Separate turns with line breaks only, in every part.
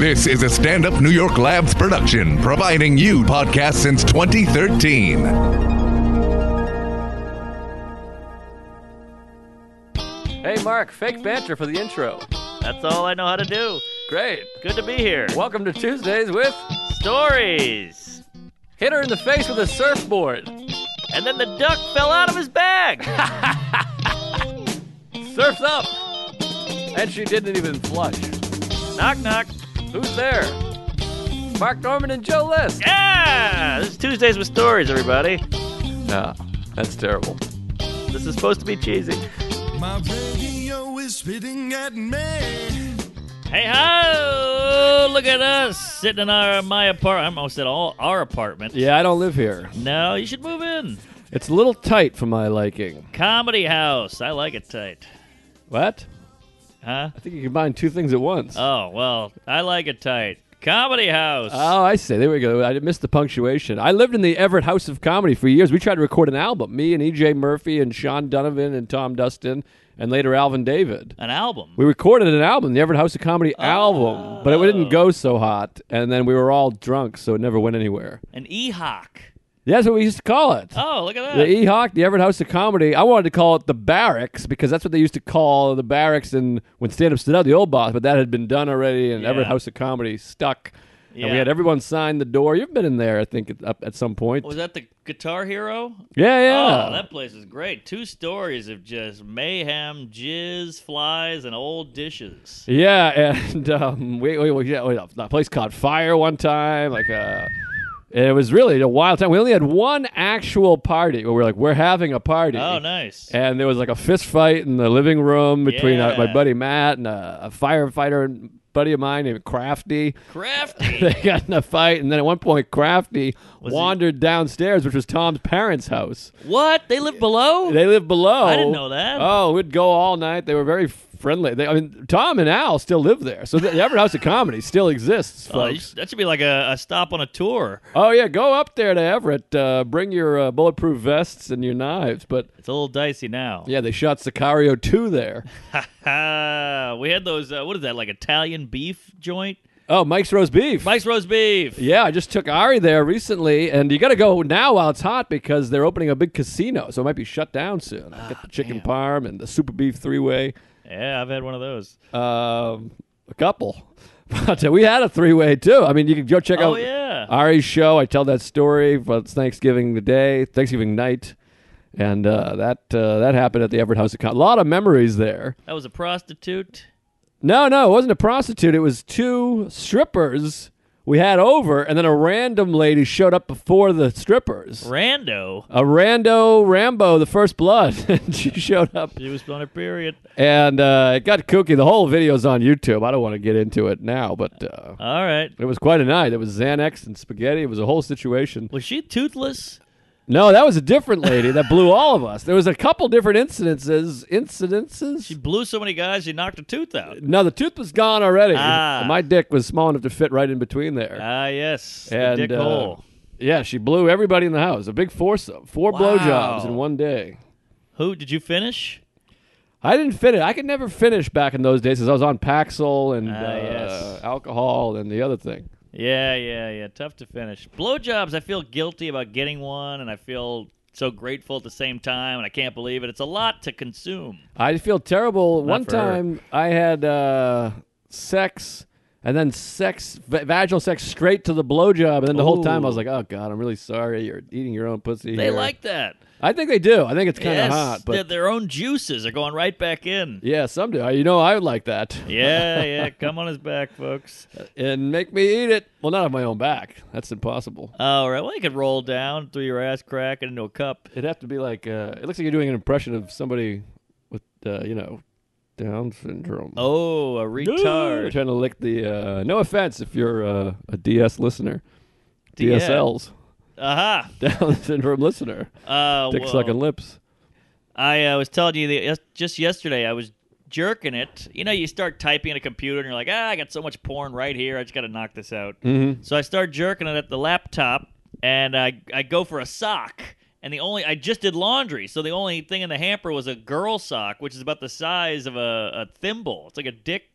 This is a stand up New York Labs production, providing you podcasts since 2013.
Hey, Mark, fake banter for the intro.
That's all I know how to do.
Great.
Good to be here.
Welcome to Tuesdays with
Stories.
Hit Her in the Face with a Surfboard.
And then the duck fell out of his bag.
Surf's up! And she didn't even flush.
knock, knock.
Who's there? Mark Norman and Joe List.
Yeah! This is Tuesdays with Stories, everybody.
No, that's terrible.
This is supposed to be cheesy.
My radio is spitting at me.
Hey ho! Look at us sitting in our my apartment. I almost at all our apartment.
Yeah, I don't live here.
No, you should move in.
It's a little tight for my liking.
Comedy house. I like it tight.
What?
Huh?
I think you combine two things at once.
Uh,
Oh well, I like it tight. Comedy house.
oh, I see. There we go. I missed the punctuation. I lived in the Everett House of Comedy for years. We tried to record an album. Me and EJ Murphy and Sean Donovan and Tom Dustin and later Alvin David.
An album.
We recorded an album, the Everett House of Comedy
Oh.
album, but it didn't go so hot. And then we were all drunk, so it never went anywhere.
An e hawk.
That's what we used to call it.
Oh, look at
The
that.
E Hawk, the Everett House of Comedy. I wanted to call it the Barracks because that's what they used to call the Barracks and when stand up stood out, the old boss, but that had been done already and
Yeah.
Everett House of Comedy stuck. And
Yeah.
we had everyone sign the door. You've been in there, I think, at, up at some point.
Oh, Was that the Guitar Hero?
yeah, yeah.
Oh, that place is great. Two stories of just mayhem, jizz, flies, and old dishes.
yeah, and um, we, we, we, yeah, we, that place caught fire one time. Like, uh, and it was really a wild time. We only had one actual party where we were like, we're having a party.
Oh, nice.
and there was like a fist fight in the living room between uh,
Yeah.
my buddy Matt and a, a firefighter buddy of mine named Crafty.
Crafty.
They got in a fight, and then at one point, Crafty
he-
wandered downstairs, which was Tom's parents' house.
what? They live below?
They lived below.
I didn't know that.
Oh, we'd go all night. They were very friendly. They, I mean, Tom and Al still live there, so the the Everett House of Comedy still exists,
Oh, you
folks.
sh- that should be like a, a stop on a tour.
Oh yeah, go up there to Everett. Uh, bring your uh, bulletproof vests and your knives. But
It's a little dicey now.
yeah, they shot Sicario two there.
Ah, we had those, uh, what is that, like Italian beef joint?
Oh, Mike's roast beef.
Mike's Roast Beef.
Yeah, I just took Ari there recently, and you got to go now while it's hot because they're opening a big casino, so it might be shut down soon. I
Ah,
got the chicken parm and the super beef three way,
Yeah, I've had one of those.
um, a couple. But uh, we had a three way too. I mean, you can go check
Oh,
out
yeah.
Ari's show. I tell that story, but it's Thanksgiving the day, Thanksgiving night, and uh, that uh, that happened at the Everett House of Con. A lot of memories there.
That was a prostitute.
No, no, it wasn't a prostitute. It was two strippers we had over, and then a random lady showed up before the strippers.
Rando.
A rando Rambo, the first blood, and she showed up,
She was on her period.
and uh, it got kooky. The whole video's on YouTube. I don't want to get into it now, but uh,
All right.
it was quite a night. It was Xanax and spaghetti. It was a whole situation.
Was she toothless?
No, that was a different lady that blew all of us. There was a couple different incidences. Incidences.
She blew so many guys, she knocked a tooth out.
no, the tooth was gone already.
Ah.
My dick was small enough to fit right in between there.
Ah, yes.
and
the dick
uh,
hole.
Yeah, she blew everybody in the house. A big foursome, four blowjobs in one day.
Who did you finish?
I didn't finish. I could never finish back in those days because I was on Paxil and
Ah,
uh,
yes.
alcohol and the other thing.
Yeah, yeah, yeah. Tough to finish. Blowjobs. I feel guilty about getting one, and I feel so grateful at the same time, and I can't believe it. It's a lot to consume.
I feel terrible. one
for her.
time I had uh, sex and then sex, va- vaginal sex straight to the blowjob, and then the whole time I was
Ooh.
like, "Oh God, I'm really sorry. You're eating your own pussy."
They
here."
like that.
I think they do. I think it's kind of
yes,
hot,
their-
but
their own juices are going right back in.
yeah, some do. You know, I would like that.
Yeah, yeah. Come on his back, folks.
and make me eat it. Well, not on my own back. That's impossible.
All right. Well, you could roll down through your ass crack and into a cup.
It'd have to be like uh, it looks like you're doing an impression of somebody with uh, you know Down syndrome.
Oh, a
Ooh,
retard.
trying to lick the. Uh, no offense if you're uh, a DS listener,
DS.
DSLs
Aha.
Down syndrome listener,
Uh,
dick
well,
sucking lips.
I uh, was telling you the, yes- just yesterday I was jerking it. You know, you start typing in a computer and you're like, ah, I got so much porn right here. I just got to knock this out. Mm-hmm. So I start jerking it at the laptop and I, I go for a sock. And the only I just did laundry, so the only thing in the hamper was a girl sock, which is about the size of a, a thimble. It's like a dick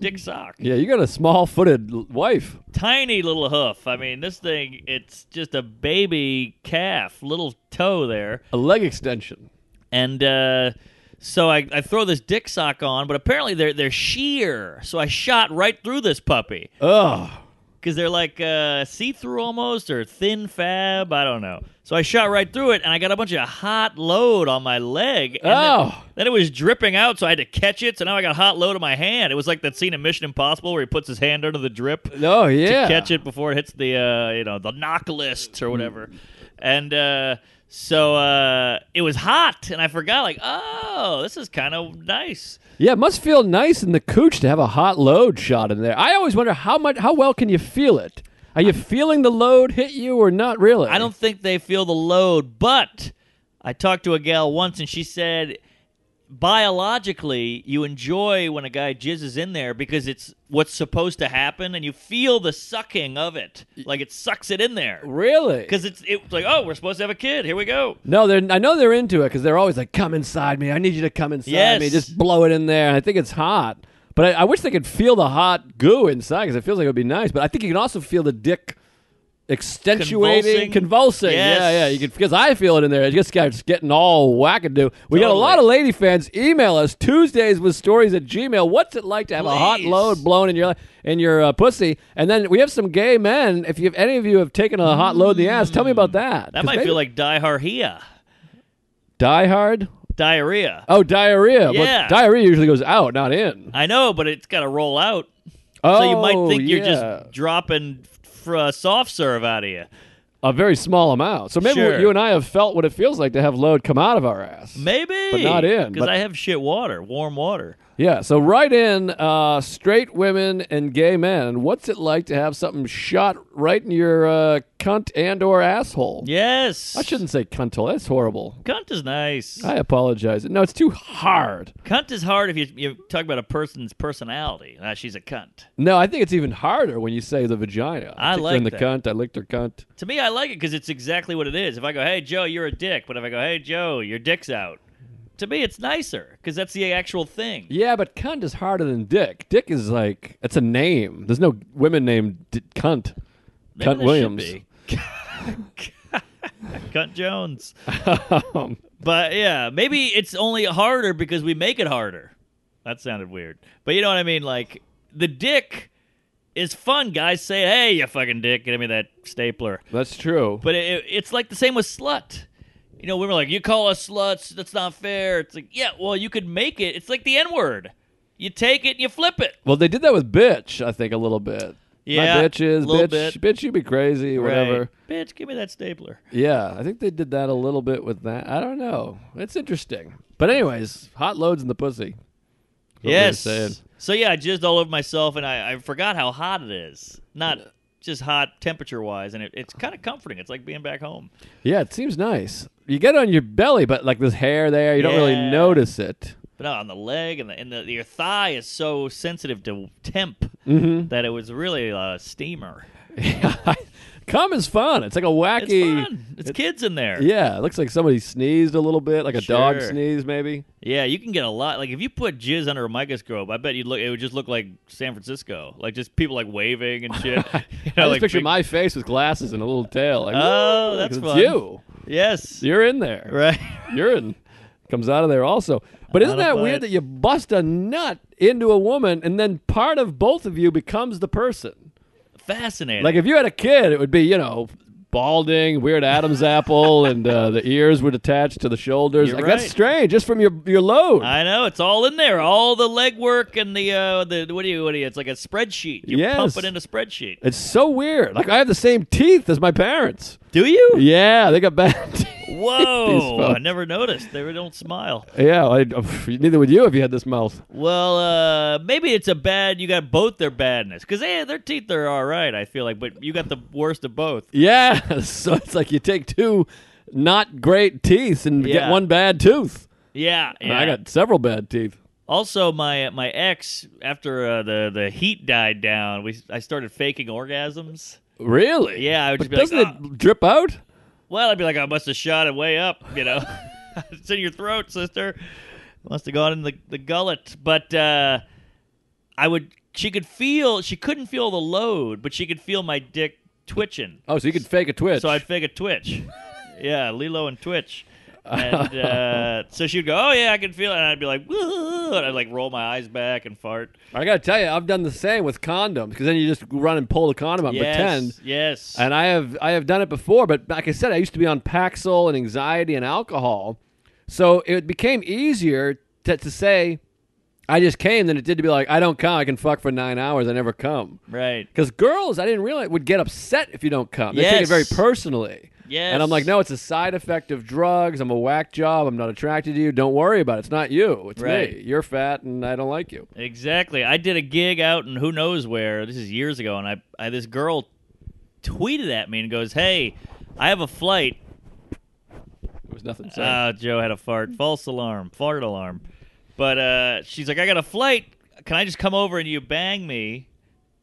dick sock.
Yeah, you got a small-footed l- wife.
Tiny little hoof. I mean, this thing, it's just a baby calf, little toe there.
A leg extension.
And uh, so I, I throw this dick sock on, but apparently they're they're sheer. So I shot right through this puppy
Ugh.
because they're like uh, see through almost or thin fab. I don't know. So I shot right through it, and I got a bunch of hot load on my leg. and
Oh.
Then, then it was dripping out, so I had to catch it. So now I got hot load on my hand. It was like that scene in Mission Impossible where he puts his hand under the drip
No, yeah.
to catch it before it hits the uh, you know the knock list or whatever. And uh, so uh, it was hot, and I forgot like, oh, this is kind of nice.
Yeah, it must feel nice in the cooch to have a hot load shot in there. I always wonder how much, how well can you feel it? Are you feeling the load hit you or not really?
I don't think they feel the load, but I talked to a gal once, and she said. Biologically, you enjoy when a guy jizzes in there because it's what's supposed to happen, and you feel the sucking of it, like it sucks it in there.
really.
Because it's it's like, oh, we're supposed to have a kid. Here we go.
No, they're, I know they're into it because they're always like, "Come inside me. I need you to come inside
Yes.
me. Just blow it in there." And I think it's hot, but I, I wish they could feel the hot goo inside because it feels like it would be nice. But I think you can also feel the dick
Convulsing?
extentuating, convulsing.
Yes.
Yeah, yeah. You can because I feel it in there. It just starts getting all wackadoo. We got a
Totally.
lot of lady fans. Email us Tuesdays with stories at Gmail. What's it like to have a hot
Please.
load blown in your in your uh, pussy? And then we have some gay men. If you any of you have taken a hot load in the ass, tell me about that.
That
'Cause
might
maybe-
feel like diarrhea.
Die Hard.
Diarrhea.
Oh, diarrhea. But
Yeah.
diarrhea usually goes out, not in.
I know, but it's got to roll out.
Oh,
So you might think you're
yeah.
just dropping fr- uh, soft serve out of you.
a very small amount. So maybe
Sure.
you and I have felt what it feels like to have load come out of our ass.
Maybe.
But not in,
Because
but-
I have shit water, warm water.
Yeah. So right in, uh, straight women and gay men. What's it like to have something shot right in your uh, cunt and or asshole?
Yes.
I shouldn't say cuntle. That's horrible.
Cunt is nice.
I apologize. No, it's too hard.
cunt is hard if you, you talk about a person's personality. Ah, she's a cunt.
No, I think it's even harder when you say the vagina.
I
licked her
like
in the
that.
cunt. I licked her cunt.
To me, I like it because it's exactly what it is. If I go, hey, Joe, you're a dick. But if I go, hey, Joe, your dick's out. To me, it's nicer because that's the actual thing.
Yeah, but cunt is harder than dick. Dick is like it's a name. There's no women named D- cunt. cunt
Maybe there should
Williams.
be. Cunt Jones.
Um,
But yeah, maybe it's only harder because we make it harder. That sounded weird. But you know what I mean? Like, the dick is fun. Guys say, hey, you fucking dick, give me that stapler.
That's true.
But it, it's like the same with slut. You know, women are like, you call us sluts. That's not fair. It's like, yeah, well, you could make it. It's like the N word. You take it and you flip it.
well, they did that with bitch. I think a little bit.
Yeah,
My bitches,
little
bitch,
bit.
bitch, you be crazy, whatever.
Right. Bitch, give me that stapler.
Yeah, I think they did that a little bit with that. I don't know. It's interesting. But anyways, hot loads in the pussy. That's what we were saying.
Yes. So yeah, I jizzed all over myself, and I, I forgot how hot it is. Not just hot temperature wise, and it, it's kind of comforting. It's like being back home.
Yeah, it seems nice. You get it on your belly, but like this hair there, you don't
Yeah.
really notice it.
But no, on the leg and the, and the your thigh is so sensitive to temp
Mm-hmm.
that it was really a steamer.
Cum is fun. It's like a wacky.
It's fun. It's kids in there.
Yeah, it looks like somebody sneezed a little bit, like a dog
Sure.
sneezed, maybe.
Yeah, you can get a lot. Like if you put jizz under a microscope, I bet you'd look. It would just look like San Francisco, like just people like waving and shit. You know,
I just
like
picture
big-
my face with glasses and a little tail. Like,
Oh,
"Woo,"
that's
'cause
fun.
it's you.
Yes.
You're in there.
Right.
Urine comes out of there also. But isn't
of
that
butt.
weird that you bust a nut into a woman and then part of both of you becomes the person?
Fascinating.
Like if you had a kid, it would be you know balding, weird Adam's apple, and uh, the ears would attach to the shoulders.
You're
like
right.
that's strange, just from your your load.
I know it's all in there. All the legwork and the uh, the what do you what do you? It's like a spreadsheet. You
Yes.
pump it in a spreadsheet.
it's so weird. Like I have the same teeth as my parents.
Do you?
Yeah, they got bad. teeth. These
Whoa!
folks.
I never noticed. They don't smile.
Yeah, I, oh, neither would you if you had this mouth.
Well, uh, maybe it's a bad. You got both their badness because eh, their teeth are all right. I feel like, but you got the worst of both.
Yeah, so it's like you take two not great teeth and
Yeah.
get one bad tooth.
Yeah, yeah.
I got several bad teeth.
Also, my my ex, after uh, the the heat died down, we I started faking orgasms.
Really?
Yeah, I would just
But
be like, "Ah."
doesn't it drip out?
Well, I'd be like, I must have shot it way up, you know. it's in your throat, sister. Must have gone in the, the gullet. But uh, I would she could feel she couldn't feel the load, but she could feel my dick twitching.
Oh, so you could fake a twitch.
So I'd fake a twitch. yeah, Lilo and Twitch. And uh, so she'd go, "Oh yeah, I can feel it," and I'd be like, "Woo!" and I'd like roll my eyes back and fart.
I gotta tell you, I've done the same with condoms because then you just run and pull the condom out, and
yes,
pretend.
yes,
And I have I have done it before, but like I said, I used to be on Paxil and anxiety and alcohol, so it became easier to, to say I just came than it did to be like I don't come. I can fuck for nine hours. I never come.
right.
Because girls, I didn't realize would get upset if you don't come. They take it
Yes.
very personally.
Yes.
And I'm like, no, it's a side effect of drugs. I'm a whack job. I'm not attracted to you. Don't worry about it. It's not you. It's
Right.
me. You're fat, and I don't like you.
Exactly. I did a gig out in who knows where. This is years ago, and I, I this girl tweeted at me and goes, "Hey, I have a flight.
It was nothing. Sorry.
Ah, Joe had a fart. False alarm. Fart alarm. But uh, she's like, I got a flight. Can I just come over and you bang me,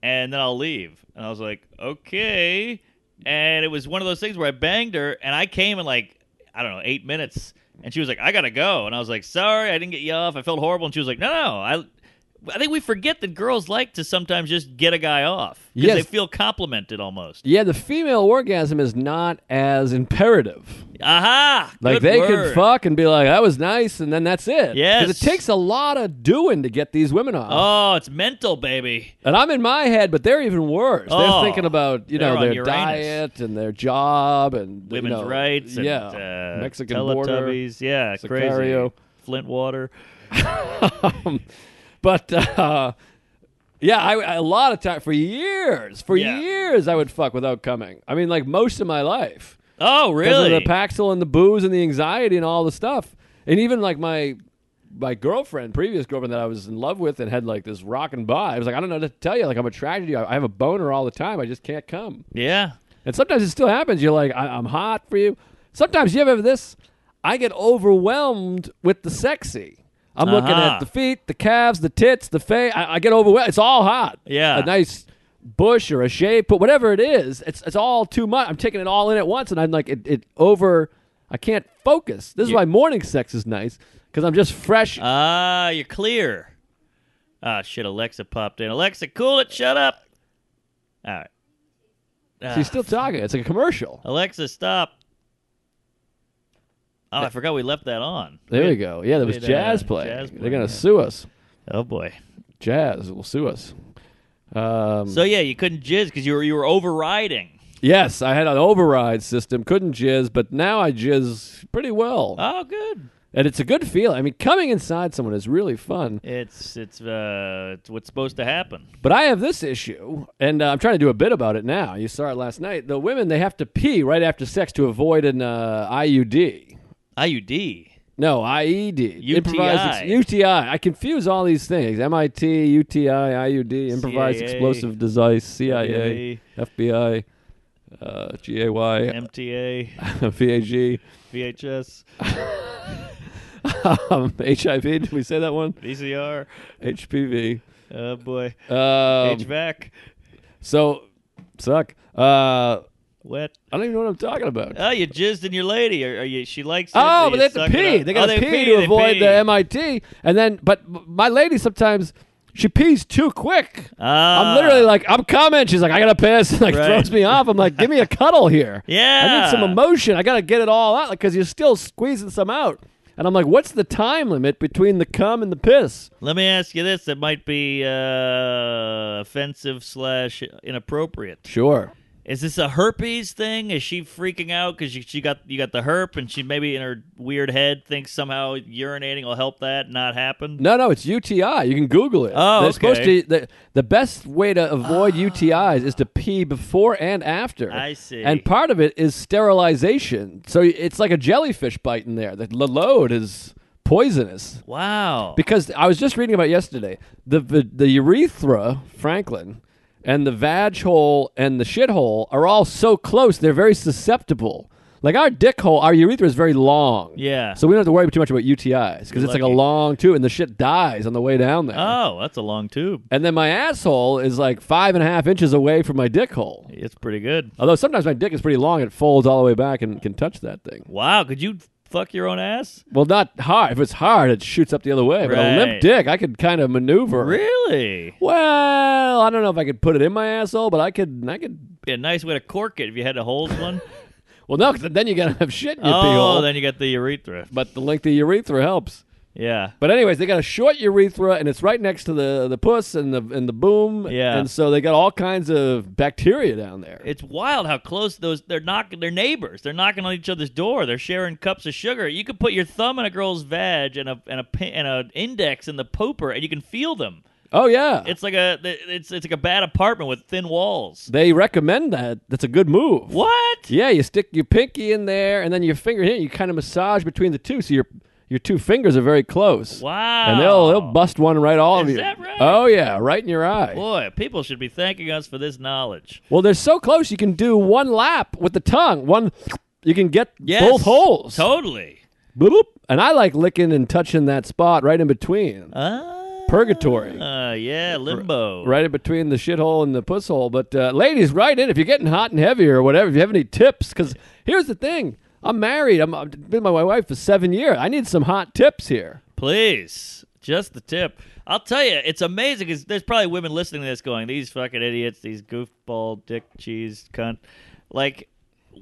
and then I'll leave? And I was like, okay. And it was one of those things where I banged her, and I came in like I don't know eight minutes, and she was like, I gotta go, and I was like, sorry, I didn't get you off. I felt horrible, and she was like, no, no, I. I think we forget that girls like to sometimes just get a guy off because
Yes.
they feel complimented almost.
yeah, the female orgasm is not as imperative.
Aha!
Like
Good
they
word.
can fuck and be like, "That was nice," and then that's it.
Yes.
'Cause it takes a lot of doing to get these women off.
Oh, it's mental, baby.
And I'm in my head, but they're even worse.
Oh,
they're thinking about you know
they're on
their
Uranus.
diet and their job and you
women's
know,
rights, and,
yeah,
uh,
Mexican border.
Teletubbies, yeah,
Sicario.
crazy. Flint water,
But uh, yeah, I, a lot of time for years, for
Yeah.
years, I would fuck without coming. I mean, like most of my life.
Oh,
'Cause of
really?
the Paxil and the booze and the anxiety and all the stuff, and even like my my girlfriend, previous girlfriend that I was in love with and had like this rockin' body. I was like, I don't know what to tell you. Like I'm attracted to you. I I have a boner all the time. I just can't come.
yeah.
And sometimes it still happens. You're like, I- I'm hot for you. Sometimes you ever have this. I get overwhelmed with the sexy. I'm looking
Uh-huh.
at the feet, the calves, the tits, the face. I, I get overwhelmed. It's all hot.
Yeah.
A nice bush or a shape, but whatever it is, it's it's all too much. I'm taking it all in at once, and I'm like, it, it over. I can't focus. This is why morning sex is nice because I'm just fresh.
Ah, you're clear. Ah, shit. Alexa popped in. Alexa, cool it. Shut up. All right. Ah,
She's still talking. It's like a commercial.
Alexa, stop. Oh, I forgot we left that on.
There we go. Yeah, there was
Did, uh,
jazz playing.
jazz
They're
playing,
gonna
yeah.
sue us.
Oh boy.
Jazz will sue us. Um,
So yeah, you couldn't jizz because you were you were overriding.
Yes, I had an override system, couldn't jizz, but now I jizz pretty well.
Oh, good.
and it's a good feeling. I mean, coming inside someone is really fun.
It's it's uh it's what's supposed to happen.
But I have this issue, and uh, I'm trying to do a bit about it now. You saw it last night. The women, they have to pee right after sex to avoid an uh, IUD.
IUD.
No, IED.
UTI.
Improvised ex- UTI. I confuse all these things. MIT, UTI, IUD, improvised
CIA.
explosive device, CIA, FBI, uh, GAY,
MTA.
VAG.
VHS.
um, HIV. Did we say that one?
VCR.
HPV.
Oh boy.
Um,
HVAC.
so, suck. Uh,
Wet.
I don't even know what I'm talking about.
Oh, you jizzed in your lady. Or, or you, she likes it.
Oh,
you
but they have to
suck it
pee.
up.
They
oh,
got to
they
pee, to
they
avoid
pee.
the MIT. And then, but m- my lady sometimes she pees too quick.
Ah.
I'm literally like, I'm coming. She's like, I gotta piss. like
Right.
throws me off. I'm like, give me a cuddle here. I
Yeah.
need some emotion. I gotta get it all out because you're still squeezing some out. And I'm like, what's the time limit between the cum and the piss?
Let me ask you this. It might be uh, offensive slash inappropriate.
Sure.
Is this a herpes thing? Is she freaking out because she, she got you got the herp and she maybe in her weird head thinks somehow urinating will help that not happen?
No, no, it's UTI. You can Google it.
Oh,
They're
okay. Ah.
supposed to. The, the best way to avoid UTIs is to pee before and after.
I see.
And part of it is sterilization. So it's like a jellyfish bite in there. The the load is poisonous.
Wow.
Because I was just reading about yesterday the the, the urethra, Franklin, and the vag hole and the shit hole are all so close. They're very susceptible. Like our dick hole, our urethra is very long.
Yeah.
So we don't have to worry too much about UTIs because it's like a
lucky.
long tube, and the shit dies on the way down there.
oh, that's a long tube.
And then my asshole is like five and a half inches away from my dick hole.
It's pretty good.
Although sometimes my dick is pretty long, it folds all the way back and can touch that thing.
Wow, could you fuck your own ass?
Well, not hard. If it's hard, it shoots up the other way. But a
Right.
limp dick, I could kind of maneuver.
Really?
Well, I don't know if I could put it in my asshole, but I could. I could.
Be a nice way to cork it if you had to hold one.
Well, no, 'cause then you gotta have shit in your pee
oh,
hole.
then you got the urethra.
But the length of urethra helps.
Yeah.
But anyways, they got a short urethra, and it's right next to the the puss and the and the boom.
Yeah.
And so they got all kinds of bacteria down there.
It's wild how close those they're knocking their neighbors. They're knocking on each other's door. They're sharing cups of sugar. You could put your thumb in a girl's vag and a and a pin- and a index in the pooper, and you can feel them.
oh yeah.
It's like a it's it's like a bad apartment with thin walls.
they recommend that. That's a good move.
What?
Yeah, you stick your pinky in there, and then your finger here. You kind of massage between the two, so your your two fingers are very close.
Wow.
And they'll they'll bust one right all of
Is
you.
that right?
Oh yeah, right in your eye.
Boy, people should be thanking us for this knowledge.
Well, they're so close. You can do one lap with the tongue. One, you can get
Yes.
both holes.
Totally.
Boop, boop. And I like licking and touching that spot right in between.
Ah.
Purgatory.
Uh, yeah, limbo.
Right in between the shithole and the puss hole. But uh, ladies, write in if you're getting hot and heavy or whatever. If you have any tips, because here's the thing: I'm married. I'm I've been with my wife for seven years. I need some hot tips here.
Please. Just the tip. I'll tell you, it's amazing because there's probably women listening to this going, these fucking idiots, these goofball, dick, cheese, cunt. Like,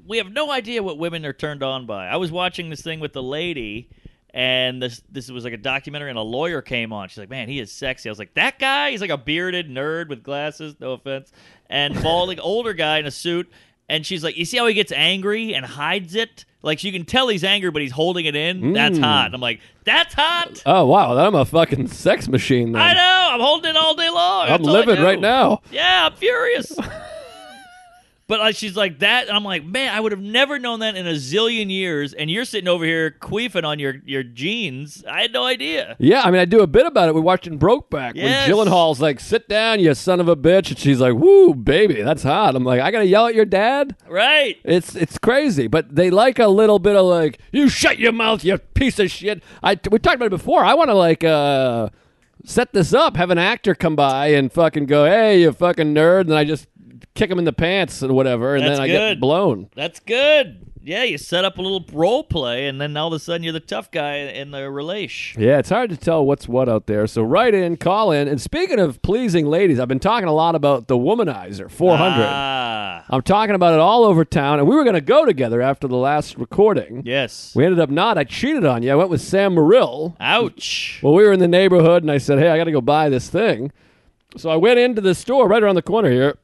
we have no idea what women are turned on by. I was watching this thing with the lady, and this this was like a documentary, and a lawyer came on. She's like, man, he is sexy. I was like, that guy? He's like a bearded nerd with glasses, no offense, and balding older guy in a suit. And she's like, you see how he gets angry and hides it? Like, she can tell he's angry, but he's holding it in. That's
Mm.
hot. And I'm like, that's hot.
Oh wow, I'm a fucking sex machine. Then.
I know. I'm holding it all day long.
I'm
That's all I
living
do.
right now.
Yeah, I'm furious. but like, she's like that, and I'm like, man, I would have never known that in a zillion years. And you're sitting over here queefing on your your jeans. I had no idea.
Yeah, I mean, I do a bit about it. We're watching Brokeback
Yes.
when Gyllenhaal's like, "Sit down, you son of a bitch," and she's like, "Woo, baby, that's hot." I'm like, "I gotta yell at your dad."
Right?
It's it's crazy, but they like a little bit of like, "You shut your mouth, you piece of shit." I we talked about it before. I want to like uh set this up, have an actor come by and fucking go, "Hey, you fucking nerd," and I just kick him in the pants and whatever, and
That's
then I
good.
get blown.
That's good. Yeah, you set up a little role play, and then all of a sudden you're the tough guy in the relation.
Yeah, it's hard to tell what's what out there. So write in, call in, and speaking of pleasing ladies, I've been talking a lot about the Womanizer 400.
Ah,
I'm talking about it all over town, and we were going to go together after the last recording.
yes.
We ended up not. I cheated on you. I went with Sam Morrill.
Ouch.
Well, we were in the neighborhood, and I said, "Hey, I got to go buy this thing." So I went into the store right around the corner here,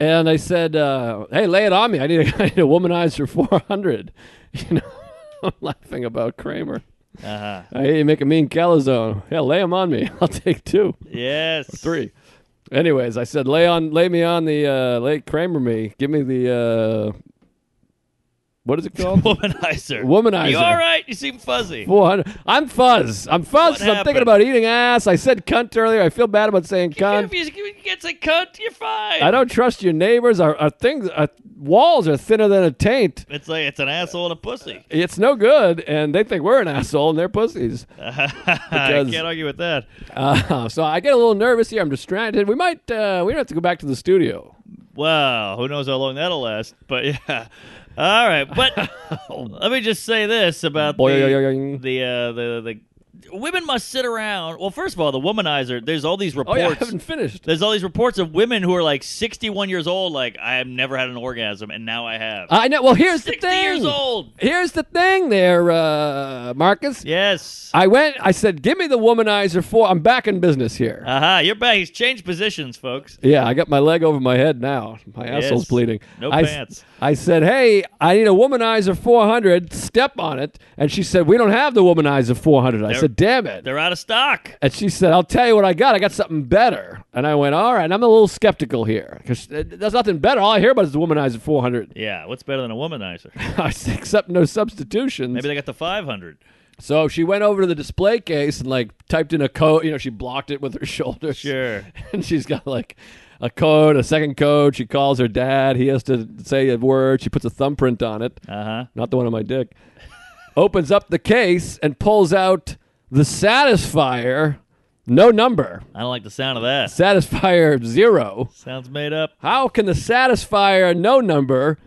and I said, uh, "Hey, lay it on me. I need a, I need a womanizer 400." You know, I'm laughing about Kramer.
Uh-huh.
I hear you make a mean calzone. Yeah, lay 'em on me. I'll take two,
Yes.
three. Anyways, I said, lay on, lay me on the, uh, lay Kramer me. Give me the, uh, what is it called?
Womanizer.
Womanizer.
You all right? You seem fuzzy.
400. I'm fuzz. I'm fuzz. 'cause I'm
happened?
thinking about eating ass. I said cunt earlier. I feel bad about saying
If
cunt.
you, if you get to cunt, you're fine.
I don't trust your neighbors. Our, our things, our walls are thinner than a taint.
It's like it's an asshole and a pussy.
It's no good, and they think we're an asshole, and they're pussies.
I can't argue with that.
Uh, so I get a little nervous here. I'm distracted. We might, uh, we don't have to go back to the studio.
Wow, who knows how long that'll last? But yeah, all right. But let me just say this about the
Boing.
the, uh, the the women must sit around. Well, first of all, the womanizer. There's all these
Oh
reports.
yeah, I haven't finished.
there's all these reports of women who are like 61 years old, like I have never had an orgasm, and now I have.
I know. Well, here's the
60
thing.
years old.
Here's the thing, there, uh, Marcus.
Yes.
I went. I said, "Give me the womanizer for." I'm back in business here.
Aha, Uh-huh, you're back. He's changed positions, folks.
yeah, I got my leg over my head now. My asshole's bleeding.
No
I s-
pants.
I said, "Hey, I need a womanizer 400. Step on it." And she said, "We don't have the womanizer 400." I
They're-
said, "Damn it."
They're out of stock.
And she said, I'll tell you what I got. I got something better. And I went, all right. And I'm a little skeptical here because there's nothing better. All I hear about is the womanizer 400.
Yeah, what's better than a womanizer?
I said, Except no substitutions.
Maybe they got the 500.
so she went over to the display case and like typed in a code. You know, she blocked it with her shoulders.
Sure.
and she's got like a code, a second code. She calls her dad. He has to say a word. She puts a thumbprint on it.
Uh huh.
Not the one on my dick. Opens up the case and pulls out the satisfier. No number.
I don't like the sound of that.
Satisfier zero.
Sounds made up.
How can the satisfier no number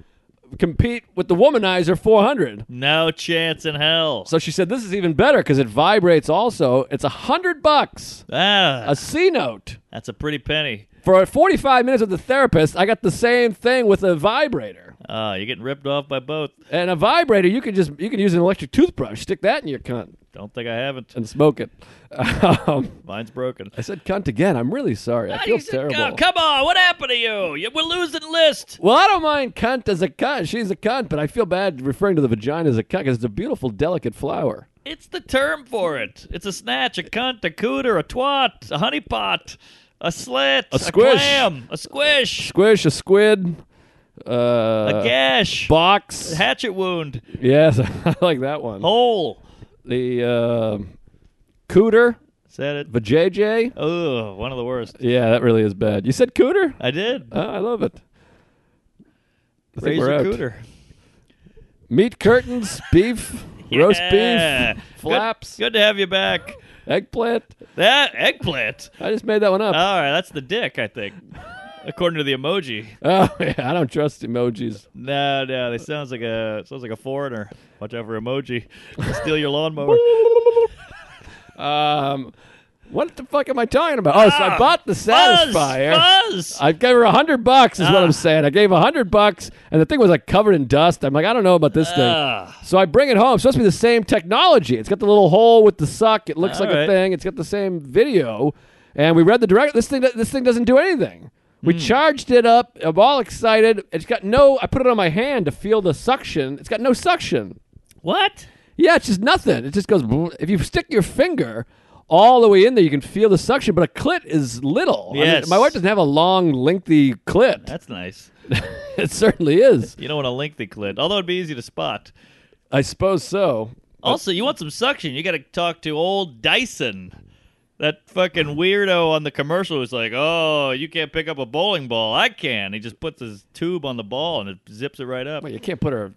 compete with the womanizer 400.
No chance in hell.
So she said, "This is even better because it vibrates. Also, it's a hundred bucks,
ah,
a C note
that's a pretty penny.
for 45 minutes with the therapist. I got the same thing with a vibrator,
Ah, you're getting ripped off by both.
and a vibrator you can just you can use an electric toothbrush, stick that in your cunt,
Don't think I haven't.
and smoke it." Um,
Mine's broken.
I said cunt again. I'm really sorry. I feel
He's a-
terrible.
oh, come on, what happened to you? You- We're losing list.
Well, I don't mind cunt as a cunt. She's a cunt, but I feel bad referring to the vagina as a cunt because it's a beautiful, delicate flower.
It's the term for it. It's a snatch, a cunt, a cooter, a twat, a honeypot, a slit, a
squish.
a clam, a squish,
Squish, a squid, uh,
a gash,
box.
hatchet wound,
yes, I like that one.
hole.
The uh, cooter,
Said it.
vajayjay.
Oh, one of the worst.
Yeah, that really is bad. You said cooter?
I did.
Oh, I love it. I think
Razor
we're out.
cooter.
Meat curtains, beef, roast
Yeah.
beef,
Good-
flaps,
Good to have you back.
eggplant.
That eggplant.
I just made that one up.
All right, that's the dick, I think. According to the emoji.
oh, yeah, I don't trust emojis.
No, no, they sounds like a sounds like a foreigner. Watch out for emoji. They'll Steal your lawnmower.
Um, what the fuck am I talking about? Oh, so I
Ah,
bought the
Buzz,
Satisfier.
buzz.
I gave her a hundred bucks, is what
Ah.
I'm saying. I gave a hundred bucks, and the thing was like covered in dust. I'm like, I don't know about this
Ah.
thing. So I bring it home. It's supposed to be the same technology. It's got the little hole with the suck. It looks
All
like
right.
a thing. It's got the same video. And we read the direct. This thing, this thing doesn't do anything.
Hmm.
We charged it up. I'm all excited. It's got no. I put it on my hand to feel the suction. It's got no suction.
What?
Yeah, it's just nothing. It just goes. If you stick your finger all the way in there, you can feel the suction, but a clit is little. I mean,
Yes.
my wife doesn't have a long, lengthy clit.
That's nice.
It certainly is.
You don't want a lengthy clit, although it'd be easy to spot.
I suppose so.
Also, you want some suction? You got to talk to old Dyson, that fucking weirdo on the commercial who's like, "Oh, you can't pick up a bowling ball. I can." He just puts his tube on the ball and it zips it right up.
Well, you can't put her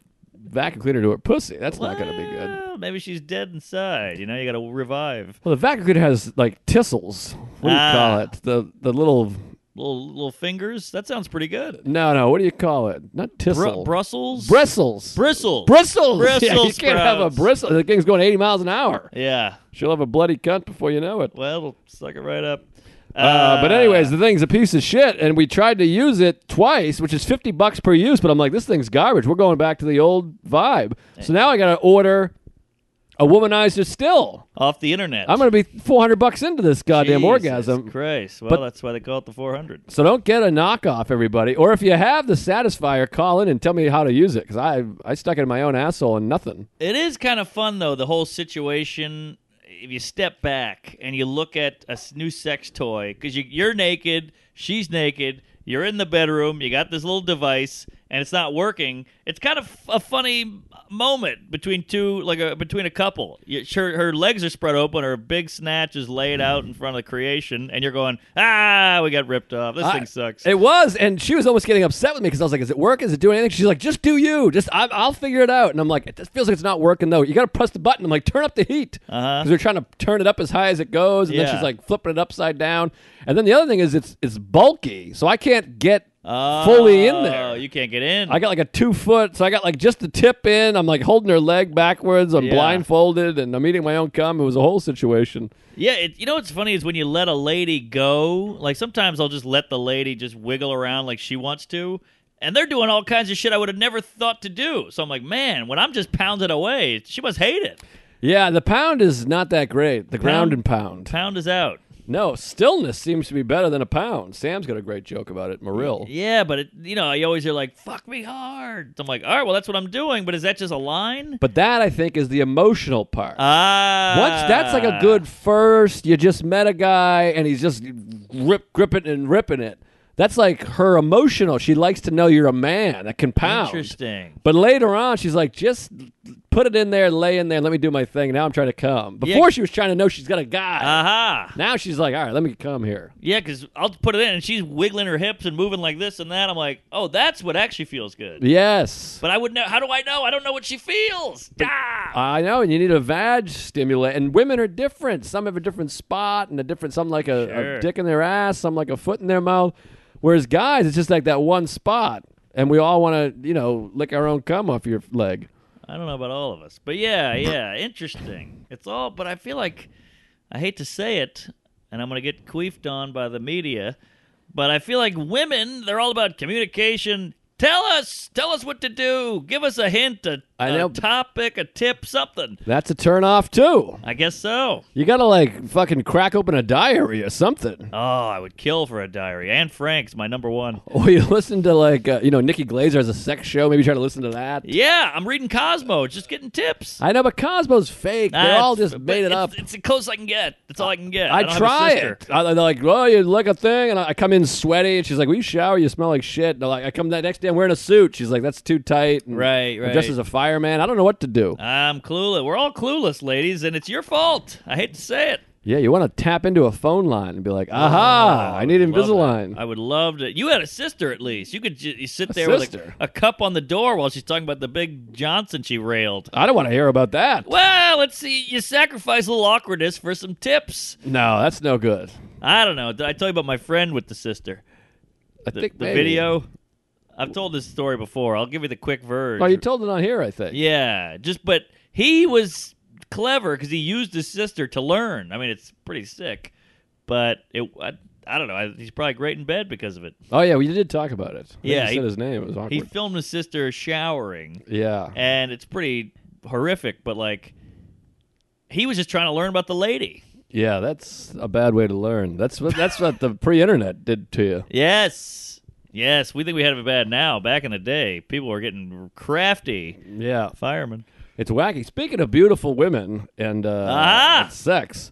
vacuum cleaner to her pussy. That's not going to be good.
Well, Maybe she's dead inside. You know, you got to revive.
Well, the vacuum cleaner has like tissels. What do you call
Ah.
it? The the little
Little little fingers. That sounds pretty good.
no no. What do you call it? Not
Bru-
tissel.
Brussels.
bristles.
Bristles.
bristles. yeah, you
Bristles
can't have a
sprouts.
bristle. The thing's going 80 miles an hour.
Yeah.
She'll have a bloody cunt before you know it.
Well, it'll suck it right up.
Uh, but anyways, the thing's a piece of shit, and we tried to use it twice, which is fifty bucks per use. But I'm like, this thing's garbage. We're going back to the old vibe. So now I got to order a womanizer. Still,
off the internet.
I'm going to be four hundred bucks into this goddamn
Jesus
orgasm.
Christ. Well,
But-
that's why they call it the 400.
so don't get a knockoff, everybody. Or if you have the Satisfier, call in and tell me how to use it because I I stuck it in my own asshole and nothing.
It is kind of fun though the whole situation. If you step back and you look at a s- new sex toy, because you, you're naked, she's naked, you're in the bedroom, you got this little device, and it's not working. It's kind of f- a funny moment between two, like a between a couple. You, her, her legs are spread open, her big snatch is laid out in front of the creation, and you're going, ah, we got ripped off. This
I-
thing sucks.
It was, and she was almost getting upset with me because I was like, "Is it working? Is it doing anything?" She's like, "Just do you. Just I, I'll figure it out." And I'm like, "It just feels like it's not working though. You got to press the button." I'm like, "Turn up the heat," because
Uh-huh.
we're trying to turn it up as high as it goes, and then
Yeah.
she's like flipping it upside down. And then the other thing is, it's it's bulky, so I can't get fully in
Oh,
there.
You can't get in.
I got like a two foot, so I got like just the tip in. I'm like holding her leg backwards. I'm
Yeah.
blindfolded, and I'm eating my own cum. It was a whole situation.
Yeah, it, you know what's funny is when you let a lady go, like sometimes I'll just let the lady just wiggle around like she wants to, and they're doing all kinds of shit I would have never thought to do. So I'm like, man, when I'm just pounded away, she must hate it.
Yeah, the pound is not that great. The ground and pound.
Pound is out.
No, stillness seems to be better than a pound. Sam's got a great joke about it, Marill.
Yeah, but it, you know, I always hear like, fuck me hard. I'm like, all right, well, that's what I'm doing, but is that just a line?
But that, I think, is the emotional part.
Ah.
Once that's like a good first, you just met a guy and he's just grip, gripping and ripping it. That's like her emotional. She likes to know you're a man that can pound.
Interesting.
But later on, she's like, just put it in there, lay in there, let me do my thing. Now I'm trying to come. Before she was trying to know she's got a guy.
Aha.
now she's like, all right, let me come here.
Yeah, because I'll put it in, and she's wiggling her hips and moving like this and that. I'm like, oh, that's what actually feels good.
Yes.
But I would know. How do I know? I don't know what she feels. Ah!
I know, and you need a vag stimulant. And women are different. Some have a different spot and a different, some like a, a
Sure.
dick in their ass, some like a foot in their mouth. Whereas guys, it's just like that one spot. and we all want to, you know, lick our own cum off your leg.
I don't know about all of us, but yeah, yeah, interesting. It's all, but I feel like I hate to say it, and I'm gonna get queefed on by the media, but I feel like women, they're all about communication. Tell us, tell us what to do. Give us a hint, a,
I
a
know.
topic, a tip, something.
That's a turn off too.
I guess so.
You gotta like fucking crack open a diary or something,
Oh, I would kill for a diary. Anne Frank's my number one.
or you listen to like uh, you know Nikki Glazer has a sex show. Maybe try to listen to that.
Yeah, I'm reading Cosmo. It's Just getting tips.
I know, but Cosmo's fake. They
Ah,
all
it's-
just
but
made it
it's-
up.
It's the close I can get. That's all I can get.
I,
don't have a
try
sister.
it. I, they're like, well, you lick a thing, and I, I come in sweaty, and she's like, "Will you shower? You smell like shit." And they're like, I come that next day, I'm wearing a suit. She's like, "That's too tight." And
Right,
I'm dressed
right.
as a fireman. I don't know what to do.
I'm clueless. We're all clueless, ladies, and it's your fault. I hate to say it.
yeah, you want to tap into a phone line and be like, "Aha! Ah, I need
Love that.
Invisalign."
Oh, I would love to. You had a sister at least. You could ju- you sit there with
sister?
a, a cup on the door while she's talking about the big Johnson she railed.
I, don't want to hear about that.
Well, let's see. You sacrifice a little awkwardness for some tips.
No, that's no good.
I don't know. Did I tell you about my friend with the sister?
I
The,
think
the
maybe-
video. I've told this story before. I'll give you the quick version.
Oh, you told it on here, I think.
Yeah, just but he was clever because he used his sister to learn. I mean, it's pretty sick, but it. I, I don't know. I, he's probably great in bed because of it.
Oh yeah, we did talk about it. I think
Yeah,
you
he-
said his name. It was awkward.
He filmed his sister showering,
yeah.
and it's pretty horrific. But like, he was just trying to learn about the lady.
Yeah, that's a bad way to learn. That's what that's what the pre-internet did to you.
Yes, yes. We think we have it bad now. Back in the day, people were getting crafty.
Yeah,
Firemen.
it's wacky. Speaking of beautiful women and, uh,
Ah!
and sex,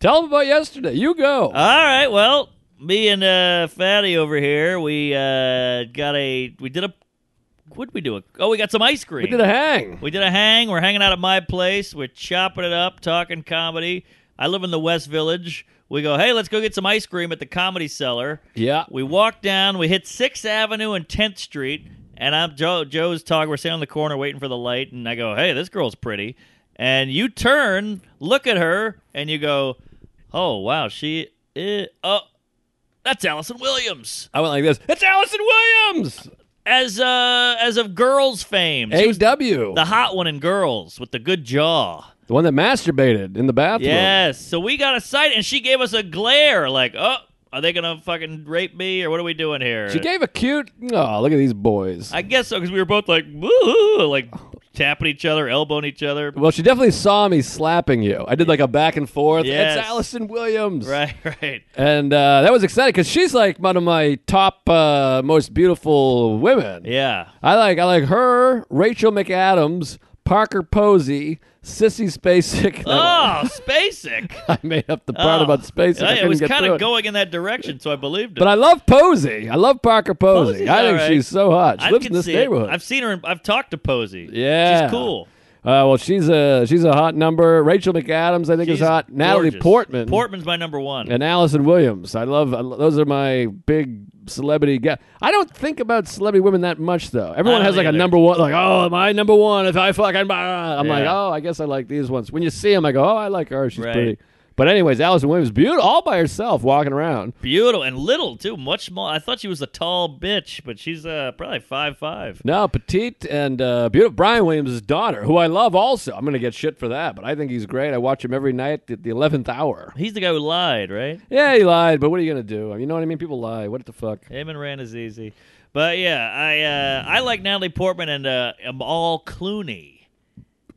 tell them about yesterday. You go.
All right. Well, me and uh, Fatty over here, we uh, got a. We did a. What did we do? Oh, we got some ice cream.
we did a hang.
We did a hang. We're hanging out at my place. We're chopping it up, talking comedy. I live in the West Village. We go, hey, let's go get some ice cream at the Comedy Cellar.
yeah,
We walk down. We hit Sixth Avenue and Tenth Street, and I'm Joe. Joe's talking. We're sitting on the corner waiting for the light, and I go, "Hey, this girl's pretty." And you turn, look at her, and you go, "Oh wow, she is." Oh, that's Allison Williams.
I went like this. It's Allison Williams,
As uh, as of girls' fame, she was
A.W.,
the hot one in girls with the good jaw.
the one that masturbated in the bathroom.
Yes. So we got a sight, and she gave us a glare, like, "Oh, are they gonna fucking rape me, or what are we doing here?"
She gave a cute. Oh, look at these boys.
I guess so because we were both like, woo, like tapping each other, elbowing each other.
well, she definitely saw me slapping you. I did like a back and forth.
Yes.
It's Allison Williams.
Right, right.
And uh, that was exciting because she's like one of my top uh, most beautiful women.
Yeah.
I like I like her, Rachel McAdams, Parker Posey, Sissy Spacek.
Oh, Spacek.
I made up the part
Oh.
about Spacek. I
Yeah, it
couldn't
was
get
kind
through
of
it.
going in that direction, so I believed it.
But I love Posey. I love Parker Posey.
Posey's
I think
alright.
she's so hot. She
I
lives
can
in this
see it.
neighborhood.
I've seen her. In, I've talked to Posey.
Yeah.
she's cool.
Uh, well, she's a she's a hot number. Rachel McAdams, I think,
She's
is hot. Natalie
gorgeous.
Portman.
Portman's my number one.
and Allison Williams. I love I lo- those are my big celebrity guys. I don't think about celebrity women that much though. Everyone
don't
has like a
either.
number one, like oh my number one. If I fucking blah." I'm like
Yeah.
oh I guess I like these ones. When you see them, I go oh I like her. She's
Right.
pretty. But anyways, Allison Williams, beautiful, all by herself, walking around.
Beautiful and little too. Much small. I thought she was a tall bitch, but she's uh, probably five five.
No, petite and uh, beautiful. Brian Williams' daughter, who I love also. I'm gonna get shit for that, but I think he's great. I watch him every night at the eleventh hour.
He's the guy who lied, right?
Yeah, he lied, but what are you gonna do? You know what I mean? People lie. What the fuck?
Him and Rand is easy. But yeah, I uh, I like Natalie Portman and uh, Amal Clooney.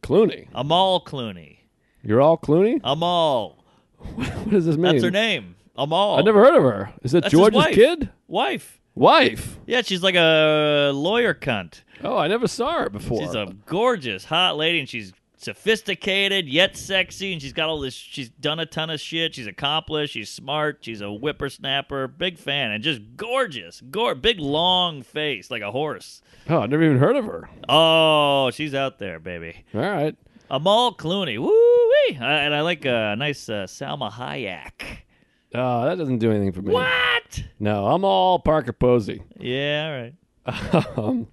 Clooney,
Amal Clooney.
you're all Clooney.
Amal.
What does this mean?
That's her name. Amal.
I never heard of her. Is that
That's his
George's
wife.
kid?
Wife.
Wife.
Yeah, she's like a lawyer cunt.
Oh, I never saw her before.
She's um, a gorgeous, hot lady, and she's sophisticated yet sexy, and she's got all this. She's done a ton of shit. She's accomplished. She's smart. She's a whippersnapper. Big fan, and just gorgeous. Gore, big long face like a horse.
oh, I never even heard of her.
Oh, she's out there, baby.
All right.
Amal Clooney. Woo wee. And I like a uh, nice uh, Salma Hayek.
Uh, that doesn't do anything for me.
What?
No, I'm all Parker Posey.
Yeah, all right.
Um,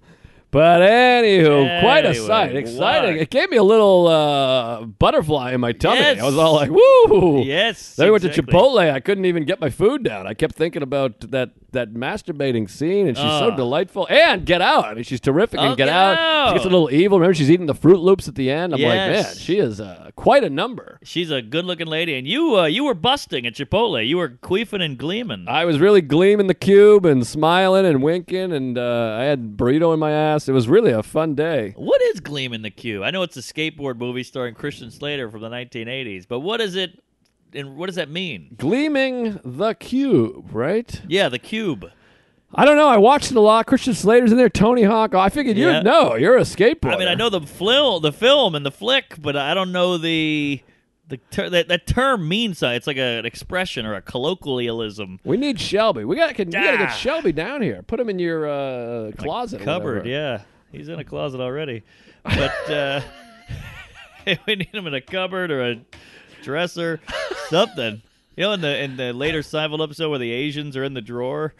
But anywho, quite a
Anyway,
sight. Exciting.
what?
It gave me a little uh, butterfly in my tummy.
Yes.
I was all like, woo.
Yes,
Then we went
exactly.
to Chipotle. I couldn't even get my food down. I kept thinking about that that masturbating scene, and she's so
Ah.
delightful. And Get Out. I mean, she's terrific.
Oh,
and Get,
Get
out. She
Out.
gets a little evil. Remember, she's eating the Fruit Loops at the end. I'm like, man,
Yes.
she is uh, quite a number.
She's a good-looking lady, and you uh, you were busting at Chipotle. You were queefing and gleaming.
I was really gleaming the cube and smiling and winking, and uh, I had burrito in my ass. It was really a fun day.
what is Gleam in the Cube? I know it's a skateboard movie starring Christian Slater from the 1980s, but what is it, and what does that mean?
Gleaming the cube, right?
Yeah, the cube.
I don't know. I watched it a lot. Christian Slater's in there. Tony Hawk. Oh, I figured
Yeah.
you'd know. You're a skateboarder.
I mean, I know the film, the film and the flick, but I don't know the the ter- that, that term means. something. It's like a, an expression or a colloquialism.
We need Shelby. We got to
Ah.
get Shelby down here. Put him in your uh, closet. or
Cupboard,
whatever.
yeah. He's in a closet already, but uh, we need him in a cupboard or a dresser, something. You know, in the in the later Seinfeld episode where the Asians are in the drawer.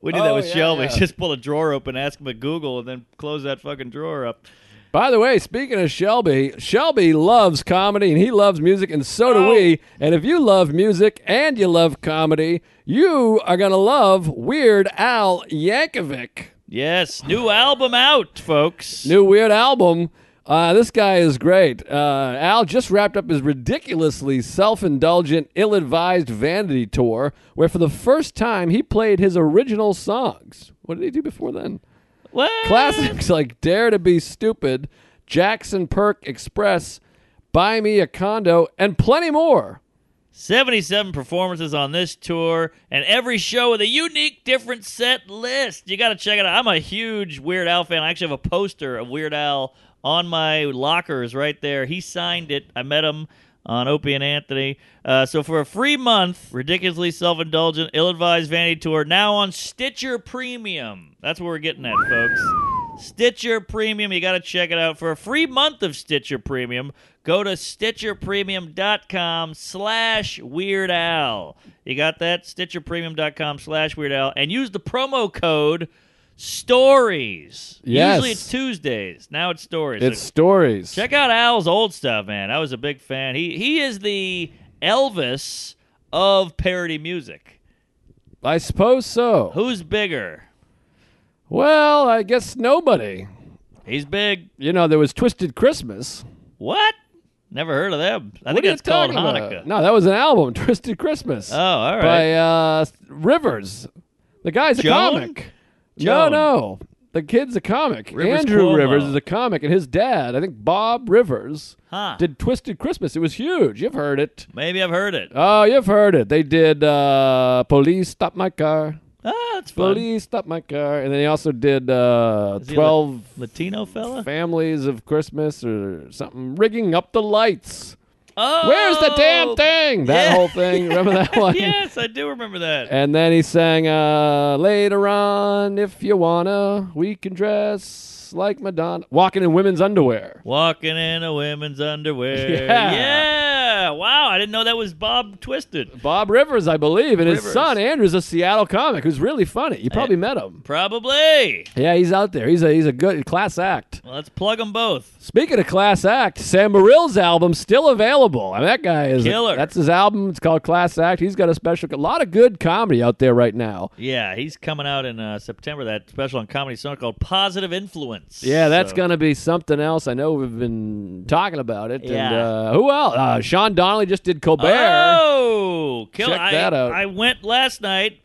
We did
Oh,
that with
yeah,
Shelby.
yeah.
Just pull a drawer open, ask him to Google, and then close that fucking drawer up.
By the way, speaking of Shelby, Shelby loves comedy and he loves music, and so
Oh.
do we. And if you love music and you love comedy, you are going to love Weird Al Yankovic.
Yes, new album out, folks.
New Weird album. Uh, this guy is great. Uh, Al just wrapped up his ridiculously self indulgent, ill advised vanity tour, where for the first time he played his original songs. What did he do before then?
What?
Classics like Dare to Be Stupid, Jackson Perk Express, Buy Me a Condo, and plenty more.
77 performances on this tour, and every show with a unique, different set list. You got to check it out. I'm a huge Weird Al fan. I actually have a poster of Weird Al on my lockers right there. He signed it. I met him on Opie and Anthony. Uh, so for a free month, ridiculously self-indulgent, ill-advised vanity tour now on Stitcher Premium. That's what we're getting at, folks. Stitcher Premium, you got to check it out. For a free month of Stitcher Premium, go to stitcherpremium.com slash Weird Al. You got that? stitcherpremium.com slash Weird Al. And use the promo code STORIES.
Yes.
Usually it's Tuesdays. Now it's Stories.
It's stories.
Check out Al's old stuff, man. I was a big fan. He he is the Elvis of parody music.
I suppose so.
Who's bigger?
Well, I guess nobody.
He's big.
You know, there was Twisted Christmas.
What? Never heard of them.
What
I think
are you
it's called
talking about?
Hanukkah.
No, that was an album, Twisted Christmas.
Oh, all right.
by uh, Rivers. The guy's a
Joan?
comic.
Joan.
No, no. The kid's a comic.
Rivers
Andrew
Cuomo.
Rivers is a comic, and his dad, I think Bob Rivers,
Huh.
did Twisted Christmas. It was huge. You've heard it.
Maybe I've heard it.
Oh, you've heard it. They did uh, Police Stop My Car.
Ah, that's funny.
Police Stop My Car. And then he also did uh,
Is he a La-
12
Latino fella.
Families of Christmas or something. Rigging Up the Lights.
Oh,
Where's the damn thing? That
Yeah.
whole thing. Remember that one?
Yes, I do remember that.
And then he sang uh, later on, if you wanna, we can dress like Madonna, walking in women's underwear.
Walking in a women's underwear.
Yeah.
Yeah. Wow, I didn't know that was Bob Twisted.
Bob Rivers, I believe, and his
Rivers.
son Andrew's a Seattle comic who's really funny. You probably met him.
Probably.
Yeah, he's out there. He's a he's a good class act.
Well, let's plug them both.
Speaking of class act, Sam Marill's album still available. I mean, that guy is a-
Killer.
that's his album. It's called Class Act. He's got a special, a lot of good comedy out there right now.
Yeah, he's coming out in uh, September. That special on Comedy Central called Positive Influence.
Yeah, that's
So-
gonna be something else. I know we've been talking about it. And
Yeah.
uh, who else? Uh, Sean Donnelly just did Colbert.
Oh, kill!
Check
I,
that out.
I went last night.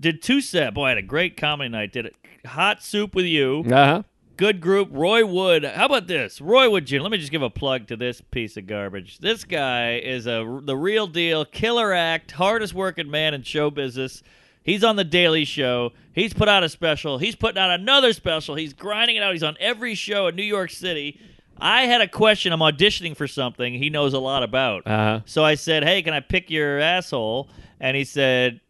Did two set. Boy, I had a great comedy night. Did it. Hot soup with you.
Uh-huh.
Good group. Roy Wood. How about this? Roy Wood Jr. Let me just give a plug to this piece of garbage. This guy is a the real deal, killer act, hardest working man in show business. He's on the Daily Show. He's put out a special. He's putting out another special. He's grinding it out. He's on every show in New York City. I had a question. I'm auditioning for something he knows a lot about.
Uh-huh.
So I said, "Hey, can I pick your asshole?" And he said,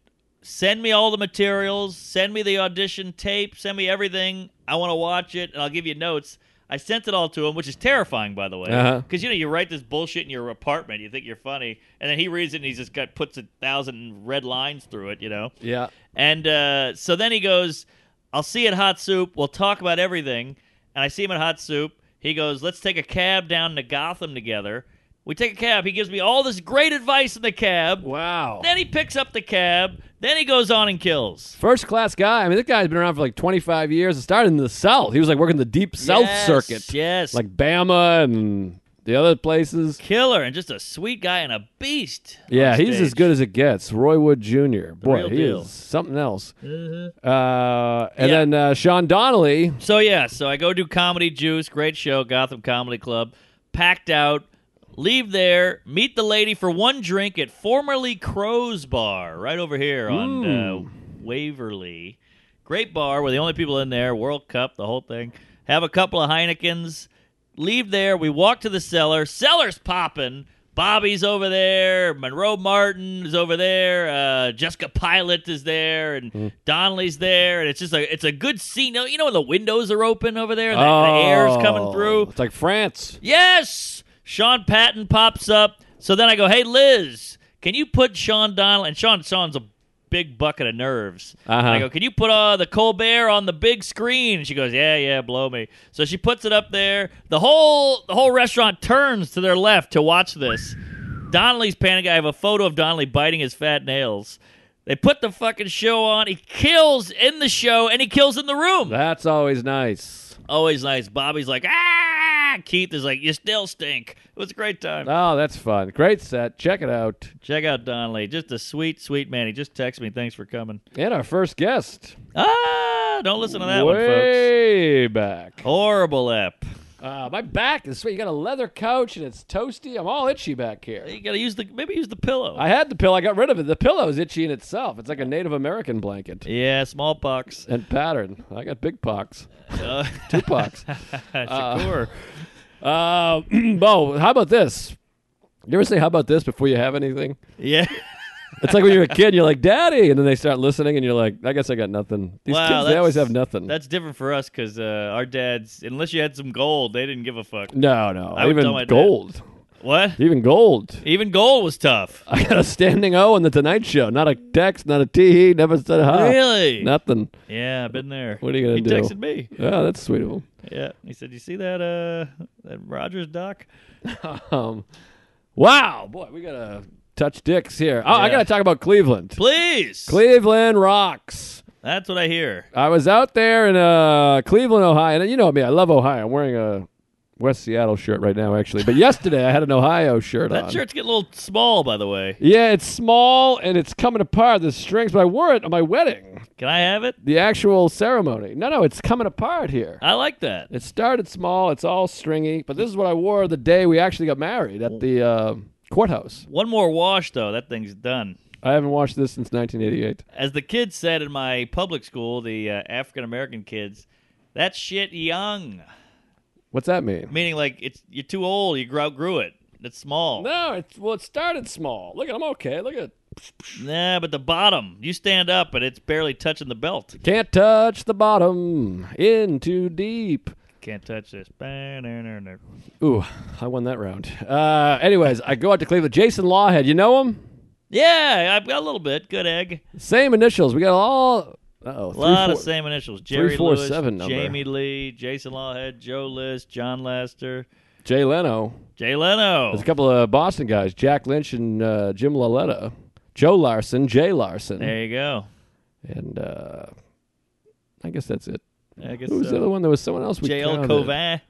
"Send me all the materials. Send me the audition tape. Send me everything. I want to watch it, and I'll give you notes." I sent it all to him, which is terrifying, by the way, because
Uh-huh.
you know you write this bullshit in your apartment. You think you're funny, and then he reads it, and he's just got puts a thousand red lines through it. You know.
Yeah.
And uh, so then he goes, I'll see you at Hot Soup. We'll talk about everything. And I see him at Hot Soup. He goes, Let's take a cab down to Gotham together. We take a cab. He gives me all this great advice in the cab.
Wow.
Then he picks up the cab. Then he goes on and kills.
First class guy. I mean, this guy's been around for like 25 years. It started in the South. He was like working the deep South
Yes,
circuit,
Yes.
like Bama and the other places.
killer and just a sweet guy and a beast. on
Yeah, he's as
stage.
good as it gets. Roy Wood Jr. Boy,
real
he
deal. Mm-hmm.
is something else. Uh, and
Yeah.
then uh, Sean Donnelly.
So yeah, so I go do comedy juice, great show, Gotham Comedy Club, packed out. Leave there, meet the lady for one drink at formerly Crow's Bar, right over here on uh, Waverly. Great bar. We're the only people in there. World Cup, the whole thing. Have a couple of Heinekens. Leave there. We walk to the cellar. Cellar's popping. Bobby's over there. Monroe Martin is over there. Uh, Jessica Pilot is there, and Donnelly's there. And it's just like it's a good scene. You know when the windows are open over there, and the, the air's coming
Oh,
through.
It's like France.
Yes! Sean Patton pops up. So then I go, hey, Liz, can you put Sean Donnelly? And Sean, Sean's a big bucket of nerves.
Uh-huh.
And I go, can you put uh, the Colbert on the big screen? And she goes, yeah, yeah, blow me. So she puts it up there. The whole the whole restaurant turns to their left to watch this. Donnelly's panicking. I have a photo of Donnelly biting his fat nails. They put the fucking show on. He kills in the show, and he kills in the room.
That's always nice.
Always nice. Bobby's like, ah. Keith is like, you still stink. It was a great time.
Oh, that's fun. Great set. Check it out.
Check out Donnelly. Just a sweet, sweet man. He just texted me, thanks for coming.
And our first guest.
Ah, don't listen to that one, folks.
way back.
Horrible app.
Uh, my back is sweet. You got a leather couch and it's toasty. I'm all itchy back here.
You gotta use the maybe use the pillow.
I had the pillow. I got rid of it. The pillow is itchy in itself. It's like a Native American blanket
yeah, smallpox.
and pattern. I got big pox,
Uh,
two pox.
Shakur.
uh, Bo, how about this? You ever say "How about this" before you have anything?
yeah.
It's like when you're a kid, and you're like "Daddy," and then they start listening, and you're like, "I guess I got nothing." These
Wow,
kids, they always
that's-
have nothing.
That's different for us because uh, our dads, unless you had some gold, they didn't give a fuck.
No, no,
I would tell my
even
dad.
gold,
What?
even gold.
Even gold was tough.
I got a standing O on the Tonight Show. Not a text, not a tee. Never said hi.
Really?
Nothing.
Yeah, been there.
Oh, What are you gonna
he
do?
texted me.
Oh, that's sweet of him.
Yeah, he said, "You see that uh that Rogers doc?"
Um, wow, boy, we gotta touch dicks here. Oh, I
Yeah.
gotta talk about Cleveland.
Please,
Cleveland rocks.
that's what I hear.
I was out there in uh, Cleveland, Ohio, and you know me, I love Ohio. I'm wearing a West Seattle shirt right now, actually. But yesterday, I had an Ohio shirt on.
That shirt's getting a little small, by the way.
Yeah, it's small and it's coming apart. The strings, but I wore it on my wedding,
Can I have it?
the actual ceremony. No, no, it's coming apart here.
I like that.
It started small. It's all stringy, but this is what I wore the day we actually got married at the uh, courthouse.
One more wash, though. That thing's done.
I haven't watched this since 1988.
As the kids said in my public school, the uh, African American kids, that shit young,
What's that mean?
meaning like it's you're too old. You outgrew it. It's small.
No, it's well, it started small. Look at, I'm okay. Look at,
Nah, but the bottom, you stand up, but it's barely touching the belt.
can't touch the bottom, in too deep.
Can't touch this. Yeah,
Ooh, I won that round. Uh, anyways, I go out to Cleveland. Jason Lawhead, you know him?
I've got a little bit. Good egg.
Same initials. We got all. Oh,
A lot of same initials. Jerry
four,
Lewis,
seven number.
Jamie Lee, Jason Lawhead, Joe List, John Lester,
Jay Leno.
Jay Leno.
There's a couple of Boston guys, Jack Lynch and uh, Jim LaLetta. Joe Larson, Jay Larson,
There you go.
and uh, I guess that's it.
I guess
Who was the other
so.
one? There was someone else we
JL
counted.
Covin.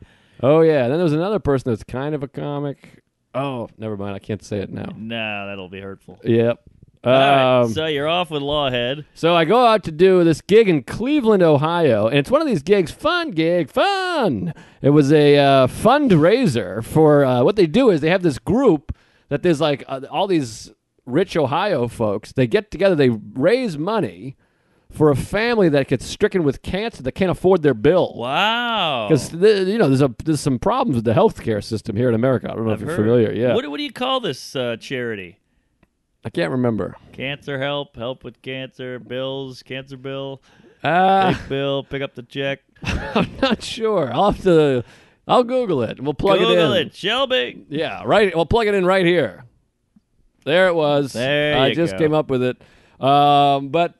Oh yeah, then there was another person that's kind of a comic. Oh, never mind. I can't say it now.
No, that'll be hurtful.
Yep.
All right,
Um,
so you're off with Lawhead.
So I go out to do this gig in Cleveland, Ohio, and it's one of these gigs, fun gig, fun. It was a uh, fundraiser for uh, what they do is they have this group that there's like uh, all these rich Ohio folks. They get together, they raise money for a family that gets stricken with cancer that can't afford their bill.
Wow.
Because you know, there's a there's some problems with the healthcare system here in America. I don't know if
I've
you're
heard.
familiar. Yeah,
What, what do you call this uh, charity?
I can't remember.
Cancer help, help with cancer, bills, cancer bill,
Uh,
big bill, pick up the check.
I'm not sure. I'll have to. I'll Google it. We'll plug
Google
it in.
it, Shelby.
Yeah, right. Well, plug it in right here. There it was.
There
I
you
just
go.
came up with it. Um, but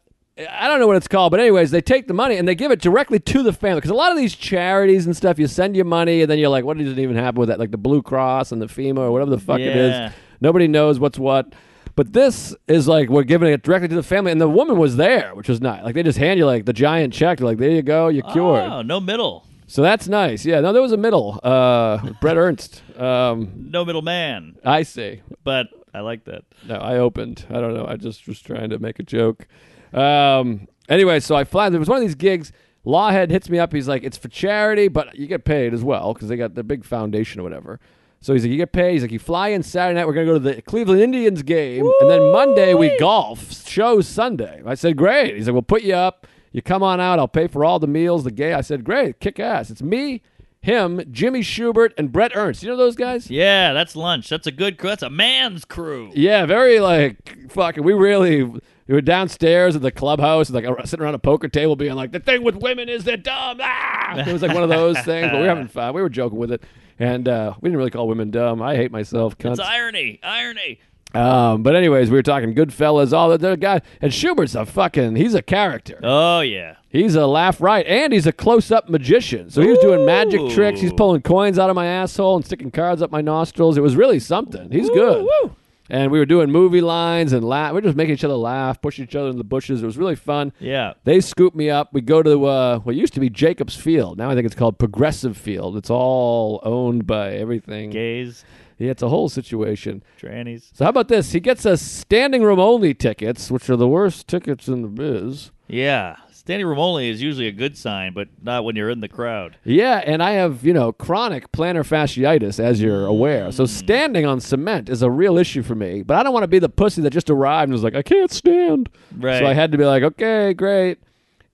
I don't know what it's called, but anyways, they take the money and they give it directly to the family. Because a lot of these charities and stuff, you send your money and then you're like, what didn't even happen with that? Like the Blue Cross and the FEMA or whatever the fuck it
Yeah.
is. Nobody knows what's what. But this is like we're giving it directly to the family, and the woman was there, which was nice. Like they just hand you like the giant check. They're like, there you go, you're cured.
Oh, no middle,
So that's nice. Yeah. No, there was a middle. Uh, Brett Ernst. Um,
no middle man.
I see.
But I like that.
No, I opened. I don't know. I just was trying to make a joke. Um, anyway, so I fly. There was one of these gigs. Lawhead hits me up. He's like, "It's for charity, but you get paid as well because they got their big foundation or whatever." So he's like, "You get paid." He's like, "You fly in Saturday night. We're gonna go to the Cleveland Indians game, and then Monday we golf. Show Sunday." I said, "Great." He's like, "We'll put you up. You come on out. I'll pay for all the meals, the gay." I said, "Great, kick ass." It's me, him, Jimmy Schubert, and Brett Ernst. You know those guys?
Yeah, that's lunch. That's a good crew. That's a man's crew.
Yeah, very like fucking. We really we were downstairs at the clubhouse, like sitting around a poker table, being like, "The thing with women is they're dumb." Ah! It was like one of those things, but we were having fun. We were joking with it, and uh, we didn't really call women dumb. I hate myself, cunts.
It's irony. Irony.
Um, but anyways, we were talking Goodfellas, all that. That guy and Schubert's a fucking. He's a character.
Oh yeah.
He's a laugh right, and he's a close-up magician. So he was doing magic tricks. He's pulling coins out of my asshole and sticking cards up my nostrils. It was really something. He's good. And we were doing movie lines and laugh. We are just making each other laugh, pushing each other in the bushes. It was really fun.
Yeah.
They scoop me up. We go to uh, what used to be Jacobs Field. Now I think it's called Progressive Field. It's all owned by everything.
Gays,
Yeah, it's a whole situation.
trannies.
So how about this? He gets us standing room only tickets, which are the worst tickets in the biz.
Yeah. Standing room only is usually a good sign, but not when you're in the crowd.
Yeah, and I have, you know, chronic plantar fasciitis, as you're aware.
Mm.
So standing on cement is a real issue for me. But I don't want to be the pussy that just arrived and was like, I can't stand.
Right.
So I had to be like, okay, great.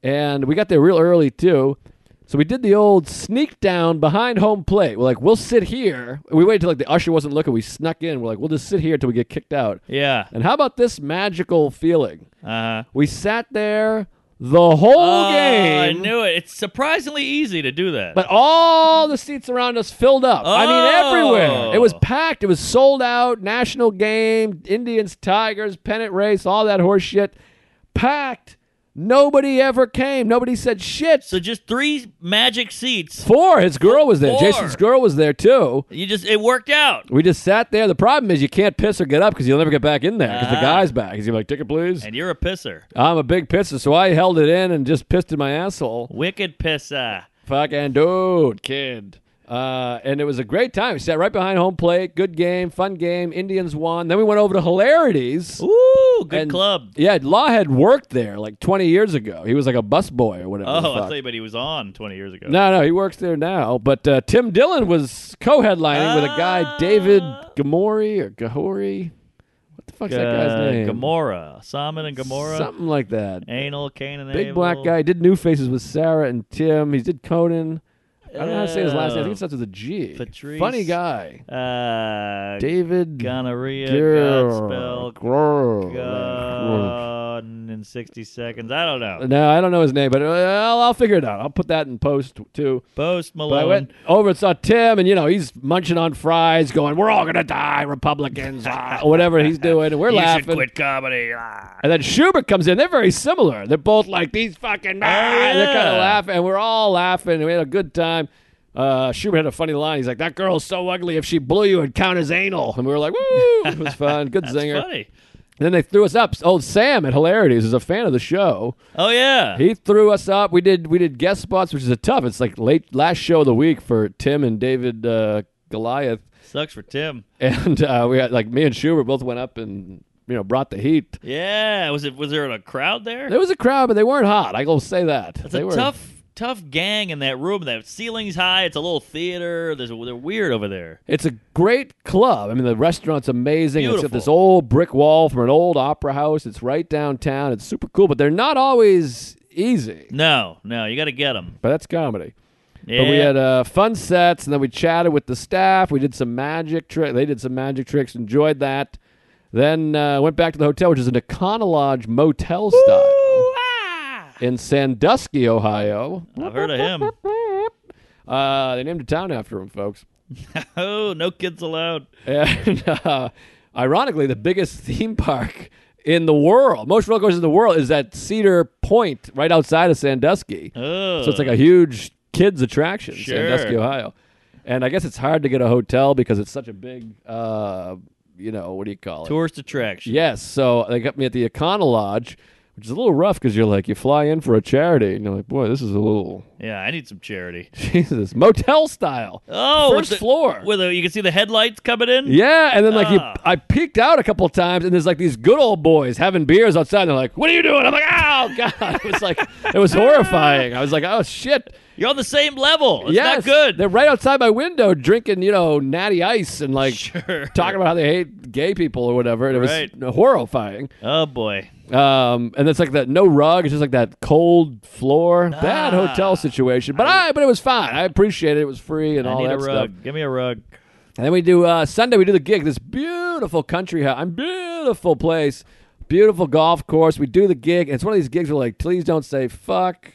And we got there real early, too. So we did the old sneak down behind home plate. We're like, we'll sit here. We waited till like the usher wasn't looking. We snuck in. We're like, we'll just sit here till we get kicked out.
Yeah.
And how about this magical feeling?
Uh-huh.
We sat there the whole
Oh,
game.
I knew it. It's surprisingly easy to do that.
But all the seats around us filled up. I mean, everywhere.
Oh.
It was packed. It was sold out. National game, Indians, Tigers, pennant race, all that horse shit. Packed. Nobody ever came. Nobody said shit.
so just three magic seats.
Four. His girl was there.
Four.
Jason's girl was there too.
You just it worked out.
We just sat there. The problem is you can't piss or get up because you'll never get back in there because the
Ah.
guy's back. He's gonna be like, ticket, please.
And you're a pisser.
I'm a big pisser, so I held it in and just pissed in my asshole.
Wicked pisser.
Fucking dude, kid. Uh, and it was a great time. We sat right behind home plate. Good game, fun game. Indians won. Then we went over to Hilarities.
Ooh, good
And-
club.
Yeah, Law had worked there like 20 years ago. He was like a busboy or whatever.
Oh,
the
I
fuck.
thought but he was on 20 years ago.
No, no, he works there now. But uh, Tim Dillon was co-headlining with a guy,
Ah.
David Gamori or Gahori. What the fuck's that
Uh,
guy's name?
Gamora. Salmon and Gamora.
Something like that.
Anal, Cain and
Big
Abel.
black guy. He did New Faces with Sarah and Tim. He did Conan. I don't know how to say his last name. I think it starts with a G.
Uh, Patrice.
Funny guy.
Uh,
David
gonorrhea,
Gir-
Godspell,
Grr.
God in 60 seconds. I don't know.
No, I don't know his name, but uh, I'll, I'll figure it out. I'll put that in post too.
Post
But I
Malone.
went over and saw Tim, and you know he's munching on fries, going, "We're all gonna die, Republicans," ah," or whatever he's doing, and we're
you should
laughing.
quit comedy. Ah.
And then Schubert comes in. They're very similar. They're both like these fucking. Ah, and they're kind of
Oh, yeah.
laughing, and we're all laughing. And we had a good time. Uh, Schubert had a funny line. He's like, "That girl's so ugly. If she blew you, it'd count as anal." And we were like, "Woo!" It was fun. Good zinger.
Funny.
Then they threw us up. Old Sam at Hilarities is a fan of the show.
Oh, yeah.
He threw us up. We did we did guest spots, which is a tough. It's like late last show of the week for Tim and David uh, Goliath,
Sucks for Tim.
and uh, we had like me and Schubert both went up and you know brought the heat.
Yeah. Was it? Was there a crowd there?
There was a crowd, but they weren't hot. I will say that.
It's
they
a
were
tough, tough gang in that room. That ceiling's high. It's a little theater. There's, they're weird over there.
It's a great club. I mean, the restaurant's amazing. It's got
Beautiful.
this old brick wall from an old opera house. It's right downtown. It's super cool, but they're not always easy.
No, no, you got to get them.
But that's comedy.
Yeah.
But we had uh, fun sets, and then we chatted with the staff. We did some magic trick. They did some magic tricks. Enjoyed that. Then uh, went back to the hotel, which is an Econolodge motel style in Sandusky, Ohio.
I've heard of him.
Uh, they named a town after him, folks.
Oh, no kids allowed.
And uh, ironically, the biggest theme park in the world, most roller coasters in the world, is at Cedar Point, right outside of Sandusky.
Ugh.
So it's like a huge kids attraction, in
Sure.
Sandusky, Ohio. And I guess it's hard to get a hotel because it's such a big, uh, you know, what do you call it?
tourist attraction.
Yes. So they got me at the Econo Lodge, which is a little rough because you're like, you fly in for a charity, and you're like, boy, this is a little
Yeah, I need some charity.
Jesus motel style.
Oh, with
first
the-
floor.
With a, you can see the headlights coming in.
yeah, and then like
Ah.
you, I peeked out a couple of times, and there's like these good old boys having beers outside. And they're like, "What are you doing?" I'm like, "Oh God!" It was like it was horrifying. I was like, "Oh shit!"
You're on the same level. It's
yes,
not good.
They're right outside my window drinking, you know, natty ice and like talking about how they hate gay people or whatever. And it
Right.
was horrifying.
oh boy.
Um, and it's like that no rug, it's just like that cold floor, bad
Ah.
hotel situation. But I, but it was fine. I appreciate it. It was free and
I
all
need
that
a rug.
stuff.
Give me a rug.
And then we do uh, Sunday. We do the gig. This beautiful country house. I'm beautiful place. Beautiful golf course. We do the gig. And it's one of these gigs where like, please don't say fuck,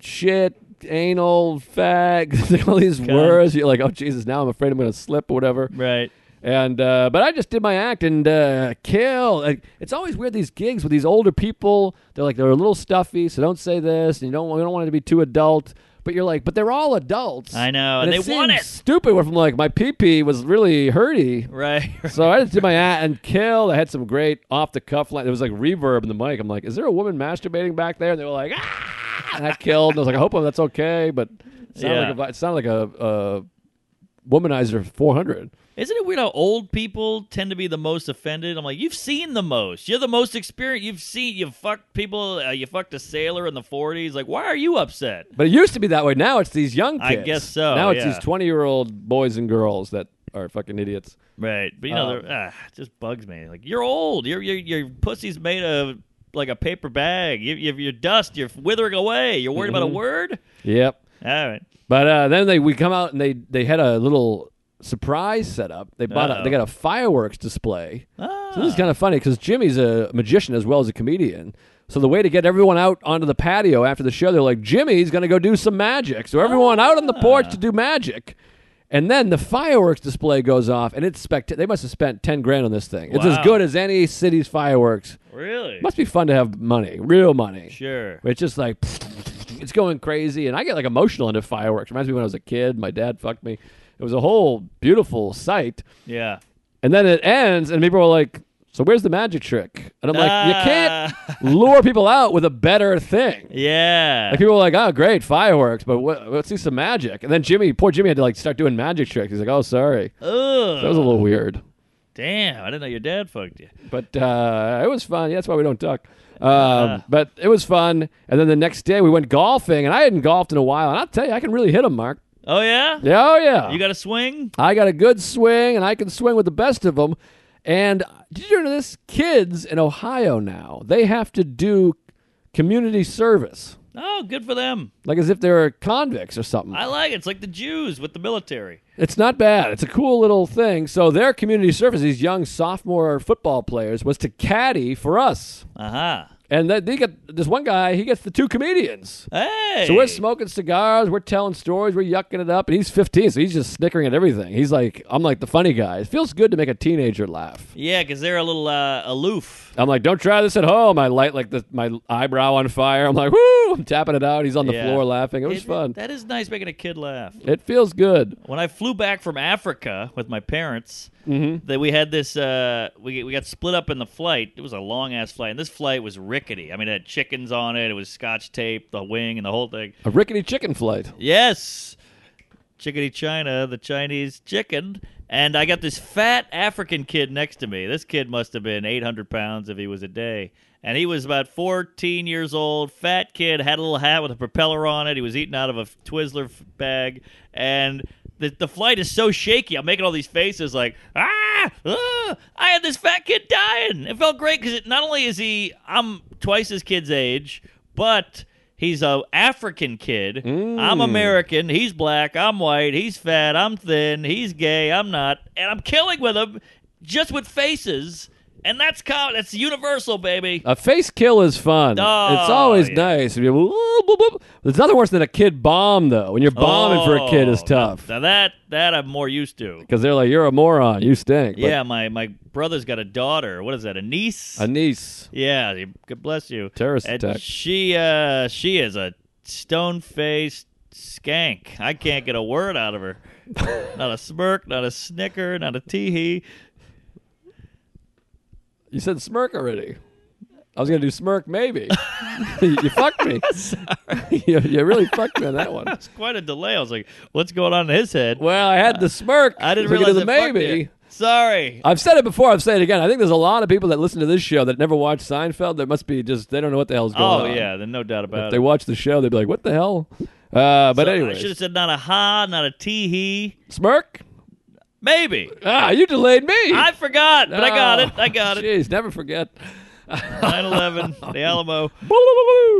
shit, anal, fag. all these words. You're like, oh Jesus, now I'm afraid I'm gonna slip or whatever.
Right.
And uh, but I just did my act and uh, kill. Like, it's always weird these gigs with these older people. They're like they're a little stuffy, so don't say this, and you don't you don't want it to be too adult. But you're like, but they're all adults.
I know, and they
seems
want it.
Stupid. Where from like my pee pee was really hurty.
Right.
So I just did my act and kill. I had some great off the cuff line. There was like reverb in the mic. I'm like, is there a woman masturbating back there? And they were like, ah! And I killed. And I was like, I hope that's okay. But it sounded
Yeah.
like a, vi- it sounded like a, a womanizer 400.
Isn't it weird how old people tend to be the most offended? I'm like, you've seen the most. You're the most experienced. You've seen. You fucked people. Uh, you fucked a sailor in the 40s. Like, why are you upset?
But it used to be that way. Now it's these young
I
kids.
guess so,
Now it's
yeah.
these twenty-year-old boys and girls that are fucking idiots.
Right. But you know,
Um,
they're, ah, it just bugs me. Like, you're old. Your your your pussy's made of like a paper bag. You, you, you're dust. You're withering away. You're worried
Mm-hmm.
about a word.
Yep.
All right.
But uh, then they we come out and they they had a little surprise setup. They bought a,
Uh-oh.
they got a fireworks display.
Ah.
So this is kind of funny because Jimmy's a magician as well as a comedian. So the way to get everyone out onto the patio after the show, they're like, Jimmy's going to go do some magic. So everyone out on the
Ah.
porch to do magic. And then the fireworks display goes off, and it's spect- They must have spent ten grand on this thing. It's as
Wow.
good as any city's fireworks.
Really?
Must be fun to have money, real money.
Sure.
It's just like it's going crazy, and I get like emotional into fireworks. Reminds me when I was a kid, my dad fucked me. It was a whole beautiful sight,
Yeah.
and then it ends, and people are like, "So where's the magic trick?" And I'm like, "You can't
Ah.
lure people out with a better thing."
Yeah.
Like people were like, "Oh, great fireworks, but what, let's see some magic." And then Jimmy, poor Jimmy, had to like start doing magic tricks. He's like, "Oh, sorry,
Ugh.
that was a little weird."
Damn, I didn't know your dad fucked you.
But uh, it was fun. Yeah, that's why we don't talk. Um,
Uh-huh.
But it was fun. And then the next day we went golfing, and I hadn't golfed in a while. And I'll tell you, I can really hit them, Mark.
Oh yeah?
Yeah, Oh, yeah.
You got a swing?
I got a good swing, and I can swing with the best of them. And did you know this? Kids in Ohio now, they have to do community service,
Oh, good for them.
like as if they're convicts or something.
I like it. It's like the Jews with the military.
It's not bad. It's a cool little thing. So their community service, these young sophomore football players, was to caddy for us.
Aha.
And they, they get this one guy. He gets the two comedians.
Hey.
So we're smoking cigars, we're telling stories, we're yucking it up, and he's 15, so he's just snickering at everything. He's like, I'm like the funny guy. It feels good to make a teenager laugh.
Yeah, because they're a little uh, aloof.
I'm like, don't try this at home. I light like the, my eyebrow on fire. I'm like, woo! I'm tapping it out. He's on the
Yeah.
floor laughing. It was
It-
fun.
That is nice making a kid laugh.
It feels good.
When I flew back from Africa with my parents,
Mm-hmm.
that we had this, uh, we we got split up in the flight. It was a long ass flight, and this flight was rickety. I mean, it had chickens on it. It was scotch tape, the wing, and the whole thing.
A rickety chicken flight.
Yes. Chickadee China, the Chinese chicken. And I got this fat African kid next to me. This kid must have been 800 pounds if he was a day. And he was about 14 years old, fat kid, had a little hat with a propeller on it. He was eating out of a Twizzler f- bag. And the, the flight is so shaky. I'm making all these faces like, ah, ah, I had this fat kid dying. It felt great because not only is he, I'm twice his kid's age, but He's a African kid. I'm
Mm.
American. He's black. I'm white. He's fat. I'm thin. He's gay. I'm not. And I'm killing with him just with faces. and that's com- that's universal, baby.
A face kill is fun.
Oh,
it's always
yeah.
nice. You- whoop, whoop, whoop. There's nothing worse than a kid bomb, though. When you're bombing for a kid is
Oh,
tough
Now that that I'm more used to.
because they're like, "You're a moron. You stink." But
yeah, my my brother's got a daughter. What is that? A niece?
a niece.
yeah. God bless you.
Terrorist
and
attack.
She uh she is a stone faced skank. I can't get a word out of her. not a smirk. Not a snicker. Not a tee hee.
You said smirk already. I was gonna do smirk, maybe. you, you fucked me. you, you really fucked me on that one.
It's quite a delay. I was like, what's going on in his head?
Well, I had the smirk.
I didn't
so we did
realize
the
it fucked
maybe.
you. Sorry.
I've said it before. I've said it again. I think there's a lot of people that listen to this show that never watched Seinfeld. That must be just they don't know what the hell's going
Oh
on.
yeah, then no doubt about
If
it.
they watch the show, they'd be like, "What the hell?" Uh, but
So I
anyway,
should have said not a ha, not a tee hee.
smirk.
Maybe.
Ah, you delayed me.
I forgot, but I got
Oh,
it. I got it.
Jeez, never forget.
9 11, the Alamo.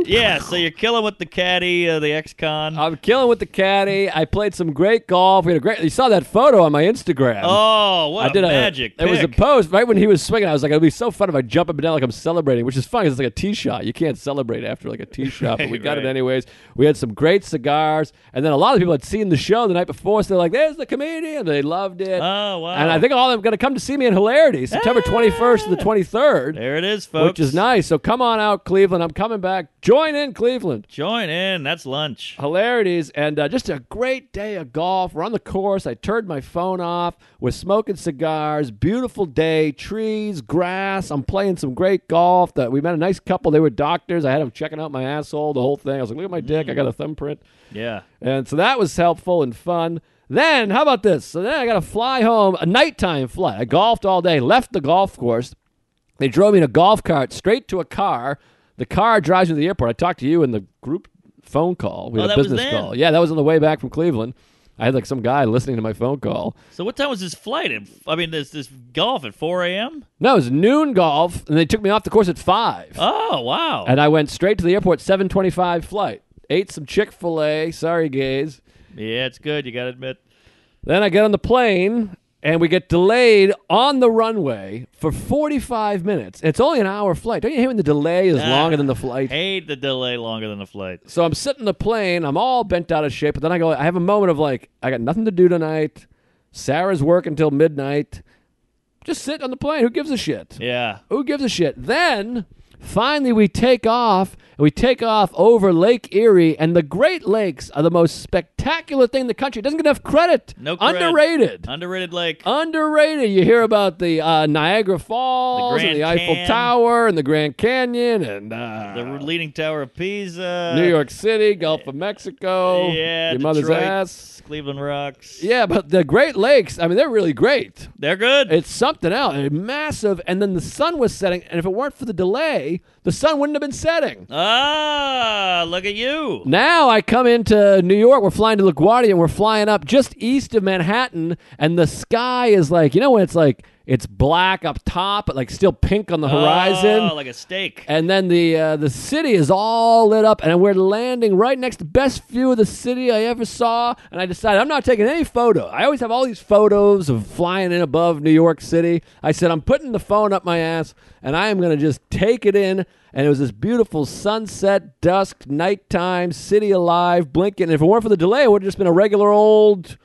Yeah, so you're killing with the caddy, uh, the ex con.
I'm killing with the caddy. I played some great golf. We had a great. You saw that photo on my Instagram.
oh,
I
what
did
a magic.
It was a
pick.
post right when he was swinging. I was like, it'd be so fun if I jump up and down like I'm celebrating, which is fun 'cause it's like a tee shot. You can't celebrate after like a tee shot, but we got it
right.
anyways. We had some great cigars, and then a lot of people had seen the show the night before, so they're like, "There's the comedian." They loved it.
Oh, wow.
And I think all of them going to come to see me in hilarity, September 21st to the 23rd,
There it is, folks.
which is nice. So come on out, Cleveland. I'm coming back. Join in, Cleveland
Join in. That's lunch.
hilarities and uh, just a great day of golf. We're on the course. I turned my phone off. We're smoking cigars. Beautiful day. Trees, grass. I'm playing some great golf. That we met a nice couple. They were doctors. I had them checking out my asshole. The whole thing. I was like, look at my dick. I got a thumbprint.
Yeah.
And so that was helpful and fun. Then, how about this? So then I got to fly home, a nighttime flight. I golfed all day, left the golf course. They drove me in a golf cart straight to a car. The car drives me to the airport. I talked to you in the group phone call. We
Oh,
had a
that was
business
then.
call. Yeah, that was on the way back from Cleveland. I had like some guy listening to my phone call.
So what time was this flight? At, I mean, this this golf at 4 a.m.
No, it was noon golf, and they took me off the course at five.
Oh wow.
And I went straight to the airport, seven twenty-five flight. Ate some Chick Fil A. Sorry, gays.
yeah, it's good. You got to admit.
Then I get on the plane and we get delayed on the runway for 45 minutes. It's only an hour flight. Don't you hate when the delay is
Ah,
longer than the flight?
Hate the delay longer than the flight.
So I'm sitting in the plane. I'm all bent out of shape. But then I go, I have a moment of like, I got nothing to do tonight. Sarah's work until midnight. Just sit on the plane. Who gives a shit?
Yeah.
Who gives a shit? Then finally we take off. and We take off over Lake Erie, and the Great Lakes are the most spectacular thing in the country. It doesn't get enough credit.
No cred.
Underrated
Underrated lake.
Oh. underrated. You hear about the uh, Niagara Falls
The
and
Grand
the Eiffel
Can.
Tower and the Grand Canyon and uh,
the leading tower of Pisa.
New York City, Gulf of Mexico,
Yeah,
your mother's
Detroit,
ass.
Cleveland Rocks.
Yeah, but the Great Lakes, I mean, they're really great.
They're good.
It's something else. It's massive. And then the sun was setting. And if it weren't for the delay, the sun wouldn't have been setting.
ah, look at you.
Now I come into New York. We're flying to LaGuardia and we're flying up just east of Manhattan, and the sky is like you know when it's like it's black up top, but like still pink on the horizon.
Oh, like a steak.
and then the uh, the city is all lit up, and we're landing right next to best view of the city I ever saw. And I decided I'm not taking any photo. I always have all these photos of flying in above New York City. I said I'm putting the phone up my ass, and I am going to just take it in. And it was this beautiful sunset, dusk, nighttime, city alive, blinking. And if it weren't for the delay, it would have just been a regular old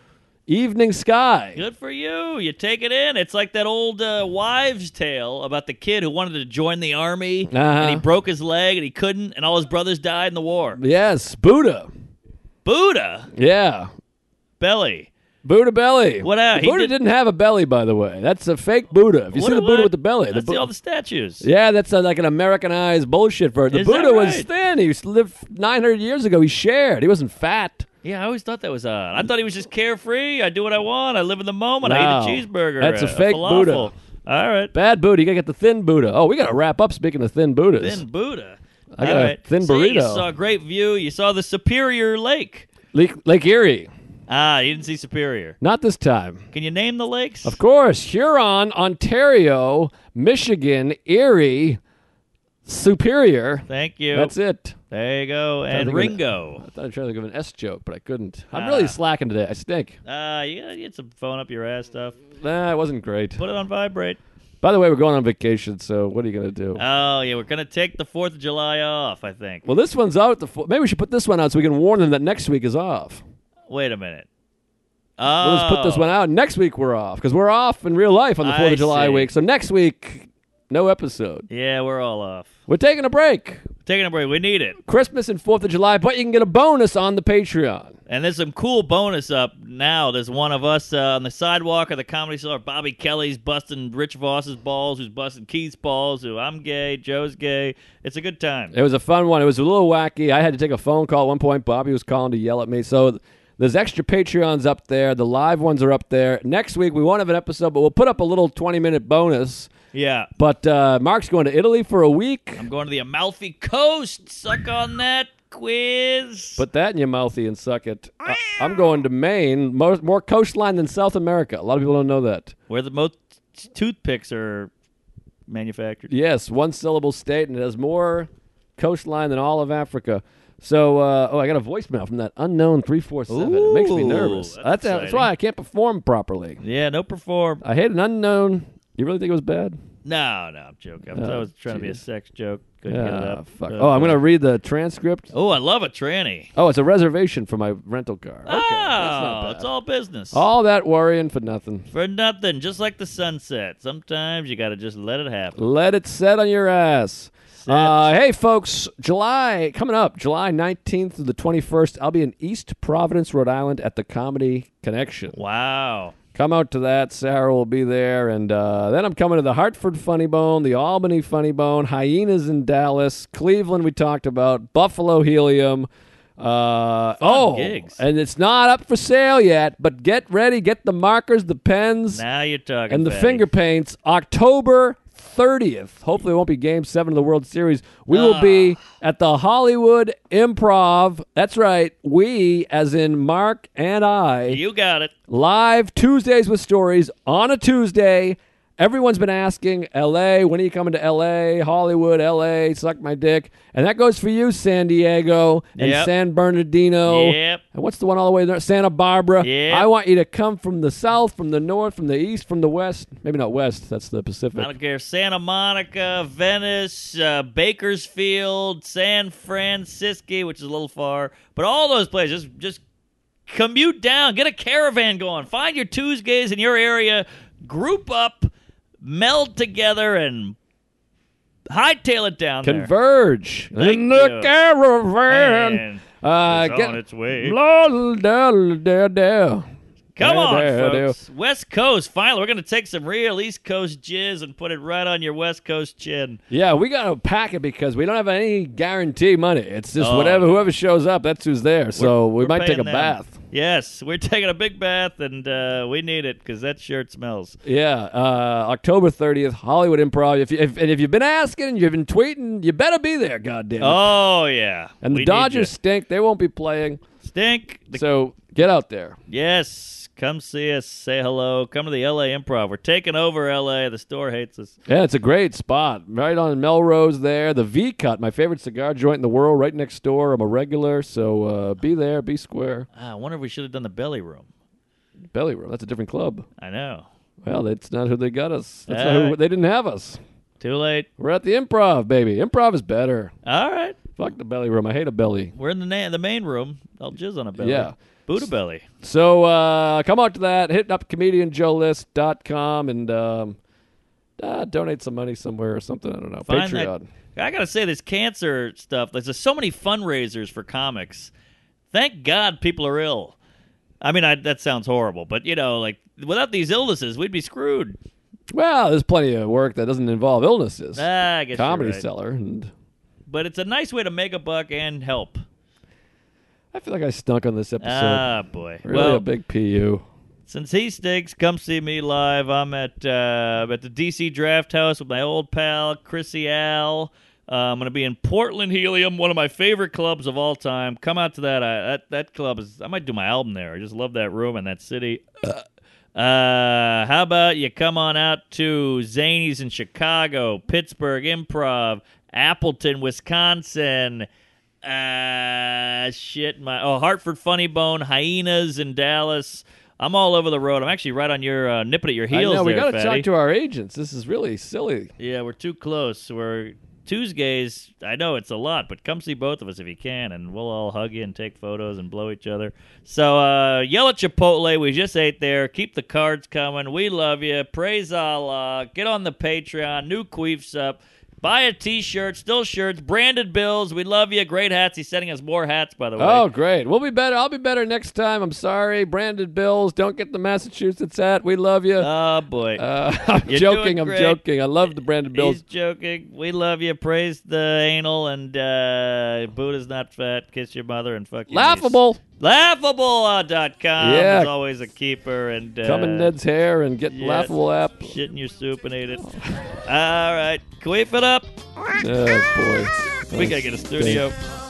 evening sky.
Good for you. You take it in. It's like that old uh, wives' tale about the kid who wanted to join the army
Uh-huh.
and he broke his leg and he couldn't, and all his brothers died in the war.
Yes, Buddha.
Buddha,
Yeah.
belly.
Buddha belly.
What, uh,
The
he
Buddha
did-
didn't have a belly, by the way. That's a fake Buddha. Have you
What-
seen the
what?
Buddha with the belly?
That's
the, Bu-
all the statues.
yeah, that's uh like an Americanized bullshit version. The
Is that
Buddha was
right?
thin. He lived 900 years ago. He shared. He wasn't fat.
Yeah, I always thought that was odd. I thought he was just carefree. I do what I want. I live in the moment.
No.
I eat a cheeseburger.
That's a
uh,
fake
falafel.
Buddha.
All right.
Bad Buddha. You got to get the thin Buddha. Oh, we got to wrap up speaking of thin Buddhas.
Thin Buddha.
I got a
All right.
thin
So You
burrito.
saw a great view. You saw the Superior Lake.
Lake, Lake Erie.
Ah, you didn't see Superior.
Not this time.
Can you name the lakes?
Of course, Huron, Ontario, Michigan, Erie, Superior.
Thank you.
That's it.
There you go.
think
And
of
Ringo.
I thought I was trying to give an S joke, but I couldn't. I'm really slacking today. I stink.
Ah, you gotta get some phone up your ass stuff.
Nah, it wasn't great.
Put it on vibrate.
By the way, we're going on vacation, so what are you going to do?
Oh yeah, we're gonna take the Fourth of July off. I think.
well, this one's out. The fo- Maybe we should put this one out so we can warn them that next week is off.
Wait a minute.
We'll
Oh,
just put this one out. Next week we're off because we're off in real life on the
I
4th of July
see.
week. So next week, no episode.
Yeah, we're all off.
We're taking a break.
Taking a break. We need it.
Christmas and 4th of July, but you can get a bonus on the Patreon.
And there's some cool bonus up now. There's one of us uh, on the sidewalk of the comedy store. Bobby Kelly's busting Rich Voss's balls, who's busting Keith's balls, who I'm gay, Joe's gay. It's a good time.
It was a fun one. It was a little wacky. I had to take a phone call at one point. Bobby was calling to yell at me. So th- there's extra Patreons up there. The live ones are up there. Next week we won't have an episode, but we'll put up a little 20 minute bonus.
Yeah.
But uh, Mark's going to Italy for a week.
I'm going to the Amalfi Coast. Suck on that quiz.
Put that in your mouthy and suck it. I- I'm going to Maine, more, more coastline than South America. A lot of people don't know that.
Where the most toothpicks are manufactured.
Yes, one syllable state, and it has more coastline than all of Africa. So, uh, oh, I got a voicemail from that unknown three four seven. It makes me
Ooh,
nervous.
that's
That's uh, that's
exciting.
why I can't perform properly.
Yeah, no perform.
I hate an unknown. You really think it was bad?
No, no, I'm joking. I was, I was trying to be a
geez.
sex joke. Couldn't get it
Oh, Ah,
up.
fuck. Oh, I'm gonna read the transcript.
Oh, I love a tranny.
Oh, it's a reservation for my rental car. Okay, that's not
oh,
bad.
it's all business.
all that worrying for nothing.
For nothing, just like the sunset. Sometimes you got to just let it happen.
Let it set on your ass. Uh, hey, folks, July coming up, July 19th to the 21st. I'll be in East Providence, Rhode Island at the Comedy Connection.
Wow.
Come out to that. Sarah will be there. And uh, then I'm coming to the Hartford Funny Bone, the Albany Funny Bone, Hyenas in Dallas, Cleveland, we talked about, Buffalo Helium. Uh, oh,
gigs.
and it's not up for sale yet, but get ready. Get the markers, the pens
Now you're talking.
and the
fatty.
finger paints October 30th. Hopefully, it won't be game seven of the World Series. We will be at the Hollywood Improv. That's right. We, as in Mark and I,
You got it.
live Tuesdays with stories on a Tuesday. Everyone's been asking, LA, when are you coming to LA? Hollywood, LA, suck my dick. And that goes for you, San Diego and
Yep.
San Bernardino.
Yep.
And what's the one all the way there? Santa Barbara.
Yep.
I want you to come from the south, from the north, from the east, from the west. Maybe not west, that's the Pacific.
I don't care. Santa Monica, Venice, uh, Bakersfield, San Francisco, which is a little far, but all those places, just, just commute down, get a caravan going, find your Tuesdays in your area, group up, meld together, and hightail it down there.
Converge in
Thank
the
you.
caravan.
Man,
Uh,
it's on its way.
La, la, la, la.
Come
Yeah,
on,
yeah, yeah.
folks. West Coast. Finally, we're going to take some real East Coast jizz and put it right on your West Coast chin.
Yeah, we got to pack it because we don't have any guarantee money. It's just
Oh.
whatever whoever shows up, that's who's there. So we
We're
might take
paying
a
them.
bath.
Yes, we're taking a big bath, and uh, we need it because that shirt smells.
Yeah, uh, October 30th, Hollywood Improv. If, you, if and if you've been asking and you've been tweeting, you better be there, goddamn. it.
Oh yeah,
Mm. and the
We need
Dodgers stink. They won't be playing.
ya. stink. The-
So get out there.
yes, come see us. Say hello. Come to the L.A. Improv. We're taking over L.A. The store hates us.
Yeah, it's a great spot. Right on Melrose there. The V Cut, my favorite cigar joint in the world, right next door. I'm a regular, so uh, be there, be square.
Ah, I wonder if we should have done the belly room.
Belly Room, that's a different club.
I know.
Well, that's not who they got us. That's not who,
Uh,
they didn't have us.
Too late.
We're at the improv, baby. Improv is better.
All right,
Fuck the belly room. I hate a belly.
we're in the na- the main room. I'll jizz on a belly.
Yeah.
Buddha belly.
So uh, come out to that. Hit up comedianjoelist.com and um, uh, donate some money somewhere or something. I don't know.
Find that-
Patreon.
I gotta say, this cancer stuff. There's just so many fundraisers for comics. Thank God people are ill. I mean, I, that sounds horrible, but you know, like without these illnesses, we'd be screwed.
Well, there's plenty of work that doesn't involve illnesses.
Ah, I guess you're
Comedy
right.
seller. And
But it's a nice way to make a buck and help.
I feel like I stunk on this episode.
ah, boy.
really
well,
a big PU.
since he stinks, come see me live. I'm at uh, at the DC Draft House with my old pal Chrissy Al. Uh, I'm gonna be in Portland Helium, one of my favorite clubs of all time. Come out to that. I, that that club is. I might do my album there. I just love that room and that city. Uh, how about you come on out to Zanies in Chicago, Pittsburgh Improv, Appleton, Wisconsin. Uh, shit, my oh Hartford Funny Bone, Hyenas in Dallas, I'm all over the road. I'm actually right on your uh, nipping at your
I
heels.
know, we
got
to talk to our agents. This is really silly.
Yeah, we're too close. We're Tuesdays. I know it's a lot, but come see both of us if you can, and we'll all hug you and take photos and blow each other. So uh, yell at Chipotle. We just ate there. Keep the cards coming. We love you. Praise Allah. Get on the Patreon. New queefs up. Buy a T-shirt. Still shirts. Branded bills. We love you. Great hats. He's sending us more hats, by the way.
Oh, great. We'll be better. I'll be better next time. I'm sorry. Branded bills. Don't get the Massachusetts hat. We love you. Uh,
Oh, boy.
I'm
you're
joking.
doing
I'm
great.
joking. I love the branded bills.
He's joking. We love you. Praise the anal and uh, Buddha's not fat. Kiss your mother and fuck your niece.
Laughable.
Laughable.com
Yeah.
is always a keeper. And uh,
Come in Ned's hair and get
yes.
laughable app.
Shit in your soup and ate it. All right. Queef it up.
Oh boy. Oh,
We got to get a studio.
Thanks.